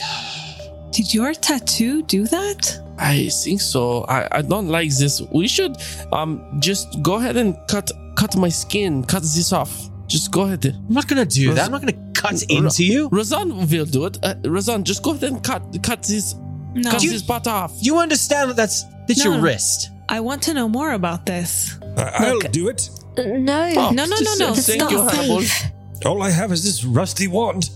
B: Did your tattoo do that?
D: I think so. I, I don't like this. We should um just go ahead and cut cut my skin, cut this off. Just go ahead.
A: I'm not gonna do that. I'm not gonna cut into you.
D: Razan will do it. Uh, Razan, just go ahead and cut cut this
B: No.
D: cut this part off.
A: You understand that that's that's
B: No,
A: your
B: no.
A: wrist.
B: I want to know more about this.
C: I, will do it.
E: Uh, No.
D: Oh,
B: No, no, no, no.
E: That's
D: Thank you,
E: not
D: Hannibal.
E: safe.
C: All I have is this rusty wand.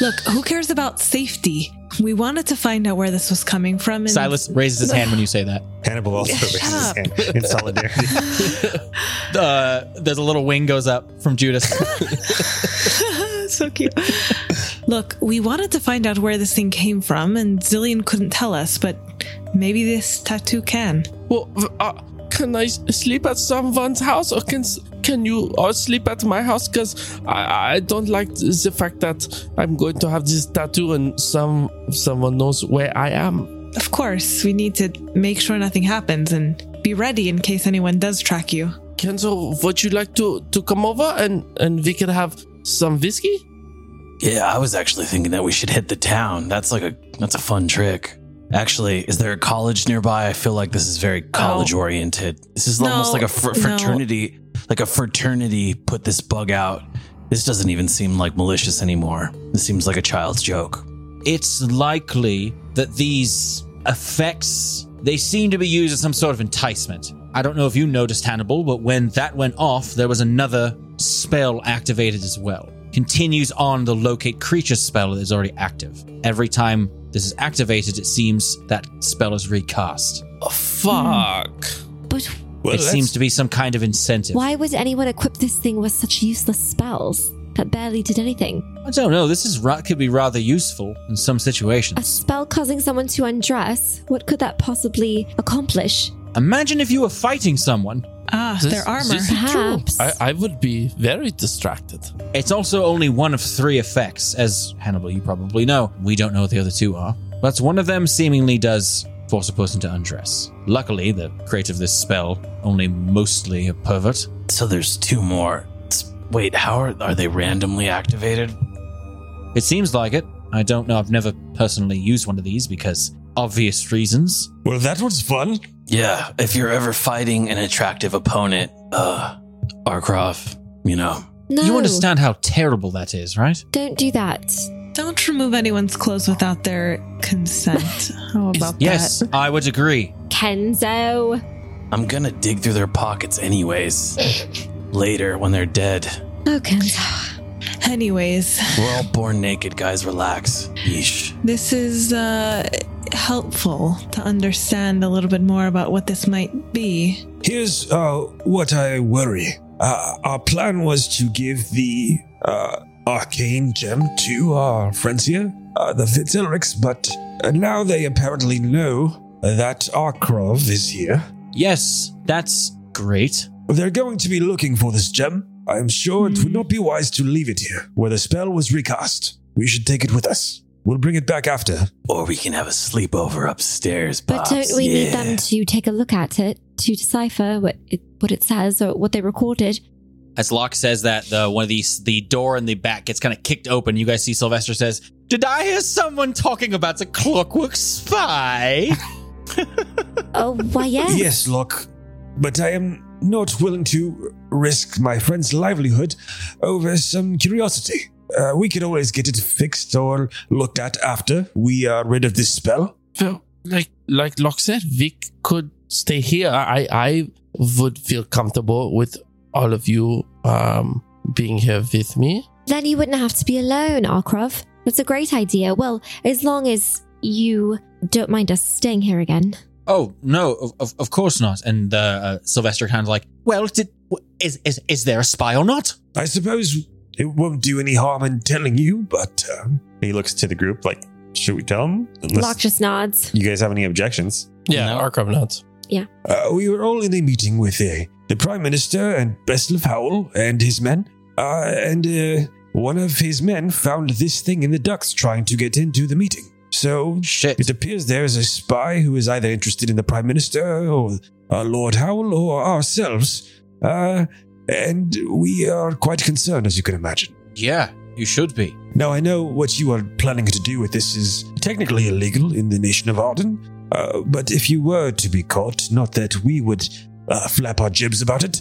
B: Look, who cares about safety? We wanted to find out where this was coming from. And
A: Silas raises his hand when you say that.
I: Hannibal also raises his
B: up.
I: hand in solidarity.
A: Uh, there's a little wing goes up from Judas.
B: so cute. Look, we wanted to find out where this thing came from, and Zillion couldn't tell us, but maybe this tattoo can.
D: Well, uh, can I s- sleep at someone's house, or can s- can you all sleep at my house? Because I, I don't like th- the fact that I'm going to have this tattoo and some someone knows where I am.
B: Of course, we need to make sure nothing happens and be ready in case anyone does track you.
D: Kenzo, would you like to to come over and and we could have some whiskey?
F: Yeah, I was actually thinking that we should hit the town. That's like a that's a fun trick. Actually, is there a college nearby? I feel like this is very college oriented. This is
B: No,
F: almost like a fr-
B: no.
F: fraternity, like a fraternity put this bug out This doesn't even seem like malicious anymore. This seems like a child's joke.
A: it's likely that these effects they seem to be used as some sort of enticement i don't know if you noticed hannibal but when that went off there was another spell activated as well continues on the locate creature spell that is already active every time this is activated it seems that spell is recast
D: Oh, fuck.
E: But
C: Well,
A: it seems to be some kind of incentive
E: why would anyone equip this thing with such useless spells that barely did anything?
A: i don't know this is ra- could be rather useful in some
E: A
A: situations
E: spell causing someone to undress? What could that possibly accomplish?
A: imagine if you were fighting someone
B: Ah,
D: This-
B: their armor.
D: this-
E: Perhaps.
D: I, I would be very distracted.
A: It's also only one of three effects, as Hannibal, you probably know. We don't know what the other two are. But one of them seemingly does force a person to undress. Luckily, the creator of this spell, only mostly a pervert.
F: So there's two more. It's- Wait, how are, are they randomly activated?
A: It seems like it. I don't know. I've never personally used one of these because obvious reasons.
C: Well, that was fun.
F: Yeah, if you're ever fighting an attractive opponent, uh, Arkrov, you know,
E: no,
A: You understand how terrible that is, right?
E: don't do that.
B: Don't remove anyone's clothes without their consent. How about
A: Yes,
B: that?
A: I would agree.
E: Kenzo.
F: I'm gonna dig through their pockets anyways. Later, when they're dead,
E: Oh, Kenzo.
B: Anyways,
F: we're all born naked, guys. Relax. Yeesh.
B: this is uh, helpful to understand a little bit more about what this might be.
C: Here's uh, what I worry. Uh, our plan was to give the uh, arcane gem to our friends here, uh, the Fitzilrix, but uh, now they apparently know that Arkrov is here.
A: Yes, that's great.
C: They're going to be looking for this gem. I am sure it would not be wise to leave it here, where the spell was recast. We should take it with us. We'll bring it back after.
F: Or we can have a sleepover upstairs.
E: But
F: Pops.
E: don't we need
F: Yeah.
E: them to take a look at it to decipher what it, what it says or what they recorded?
A: As Locke says that, the one of these, the door in the back gets kind of kicked open. You guys see Sylvester says, "Did I hear someone talking about the clockwork spy?"
E: Oh, why yes.
C: Yes, Locke, but I am not willing to risk my friend's livelihood over some curiosity. Uh, we can always get it fixed or looked at after we are rid of this spell.
D: Well, like like Locke said, we could stay here. I I would feel comfortable with all of you um being here with me.
E: Then you wouldn't have to be alone, Arkrov. That's a great idea. Well, as long as you don't mind us staying here again.
A: oh no, of, of, of course not. And uh, uh, Sylvester kind of like, "Well, did, w- is is is there a spy or not?"
C: I suppose it won't do any harm in telling you, but um,
I: He looks to the group like, should we tell him? Unless
E: Locke just nods.
I: you guys have any objections?
D: Yeah,
F: No.
D: Arkham nuts.
C: uh, we were all in a meeting with uh, the Prime Minister and Beslev Howell and his men, uh, and uh, one of his men found this thing in the ducts trying to get into the meeting. So
A: Shit.
C: It appears there is a spy who is either interested in the Prime Minister or uh, Lord Howell or ourselves. Uh, and we are quite concerned, as you can imagine.
A: Yeah, you should be.
C: Now, I know what you are planning to do with this is technically illegal in the nation of Arden, uh, but if you were to be caught, not that we would uh, flap our jibs about it,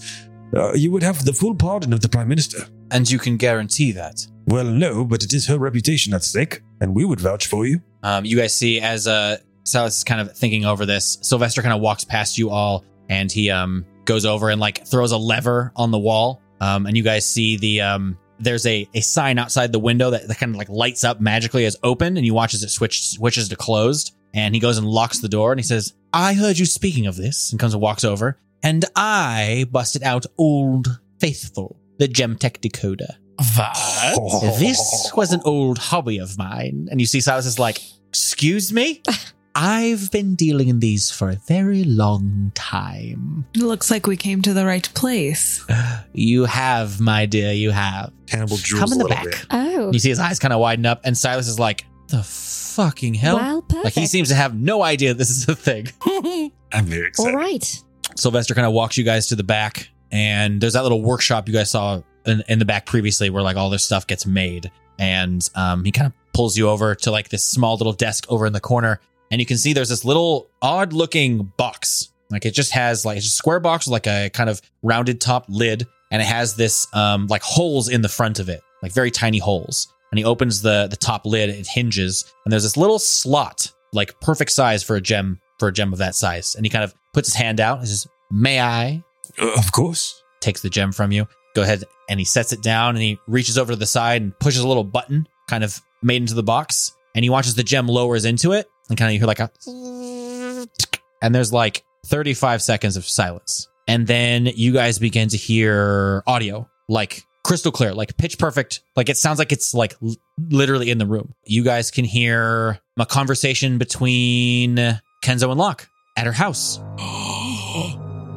C: uh, you would have the full pardon of the Prime Minister.
A: And you can guarantee that.
C: Well, no, but it is her reputation at stake, and we would vouch for you.
A: Um, you guys see as uh, Salas is kind of thinking over this, Sylvester kind of walks past you all and he um, goes over and like throws a lever on the wall. Um, and you guys see the um, there's a, a sign outside the window that, that kind of like lights up magically as open and you watch as it switch, switches to closed. And he goes and locks the door and he says, I heard you speaking of this and comes and walks over. And I busted out Old Faithful, the Gemtech decoder.
D: What?
A: Uh,
C: Oh,
A: This was an old hobby of mine. And you see Silas is like, Excuse me? I've been dealing in these for a very long time.
B: Looks like we came to the right place.
A: You have, my dear, you have.
I: Hannibal drools
A: Come in
I: a
A: the
I: little
A: back.
I: bit.
E: Oh.
A: And you see his eyes kind of widen up, and Silas is like, The fucking hell?
E: Well, perfect.
A: like, he seems to have no idea this is a thing.
I: I'm very
E: All
I: excited.
E: right.
A: Sylvester kind of walks you guys to the back, and there's that little workshop you guys saw in, in the back previously, where like all this stuff gets made. And um, he kind of pulls you over to like this small little desk over in the corner, and you can see there's this little odd-looking box. Like it just has like it's a square box with like a kind of rounded top lid, and it has this um like holes in the front of it, like very tiny holes. And he opens the the top lid, it hinges, and there's this little slot, like perfect size for a gem for a gem of that size. And he kind of puts his hand out and says, "May I?"
C: Uh, Of course.
A: takes the gem from you. Go ahead and he sets it down and he reaches over to the side and pushes a little button, kind of made into the box, and he watches the gem lowers into it and kind of you hear like a and there's like 35 seconds of silence. And then you guys begin to hear audio, like crystal clear, like pitch perfect. Like it sounds like it's like l- literally in the room. You guys can hear a conversation between Kenzo and Locke at her house.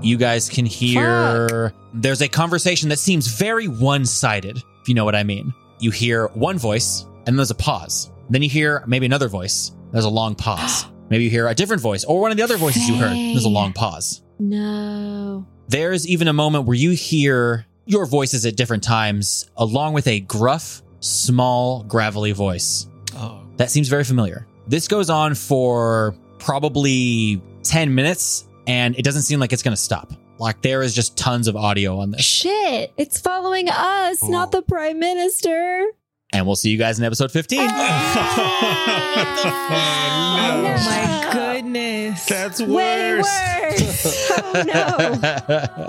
A: You guys can hear there's a conversation that seems very one sided, if you know what I mean. You hear one voice, and there's a pause. Then you hear maybe another voice. There's a long pause. maybe you hear a different voice or one of the other voices you heard. There's a
E: Faye.
A: long pause.
E: No.
A: There's even a moment where you hear your voices at different times, along with a gruff, small, gravelly voice.
F: Oh.
A: That seems very familiar. This goes on for probably 10 minutes, and it doesn't seem like it's going to stop. Like, there is just tons of audio on this.
E: Shit. It's following us, not the prime minister.
A: And we'll see you guys in episode 15.
E: Ah.
B: Oh my goodness.
I: That's
E: Way worse. oh no.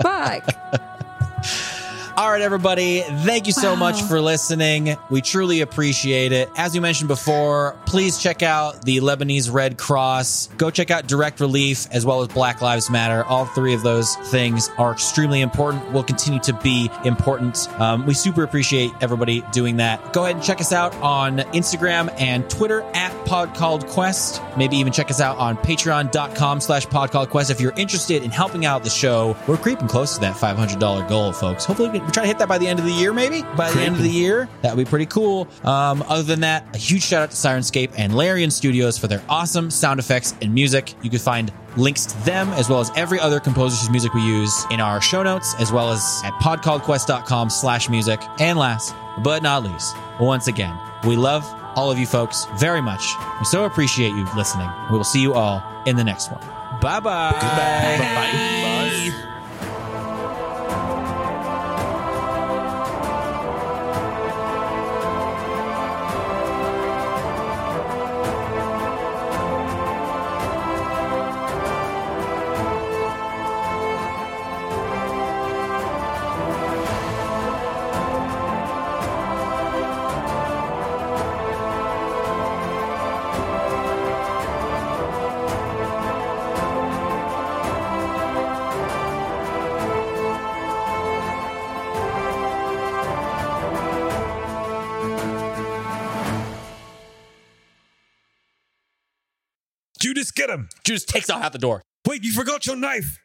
E: Fuck.
A: All right, everybody. Thank you so
E: Wow.
A: much for listening. We truly appreciate it. As we mentioned before, please check out the Lebanese Red Cross. Go check out Direct Relief as well as Black Lives Matter. All three of those things are extremely important, will continue to be important. Um, we super appreciate everybody doing that. Go ahead and check us out on Instagram and Twitter at Pod Called Quest. Maybe even check us out on patreon.com slash Pod Called Quest if you're interested in helping out the show. We're creeping close to that $500 goal, folks. Hopefully, we- we're trying to hit that by the end of the year, maybe? By the end of the year. That would be pretty cool. Um, other than that, a huge shout out to Sirenscape and Larian Studios for their awesome sound effects and music. You can find links to them as well as every other composer whose music we use in our show notes, as well as at podcallquest.com slash music. And last, but not least, once again, we love all of you folks very much. We so appreciate you listening. We will see you all in the next one. Bye-bye. Goodbye. Bye-bye.
C: Judas, get him.
A: Judas takes off out the door.
C: Wait, you forgot your knife.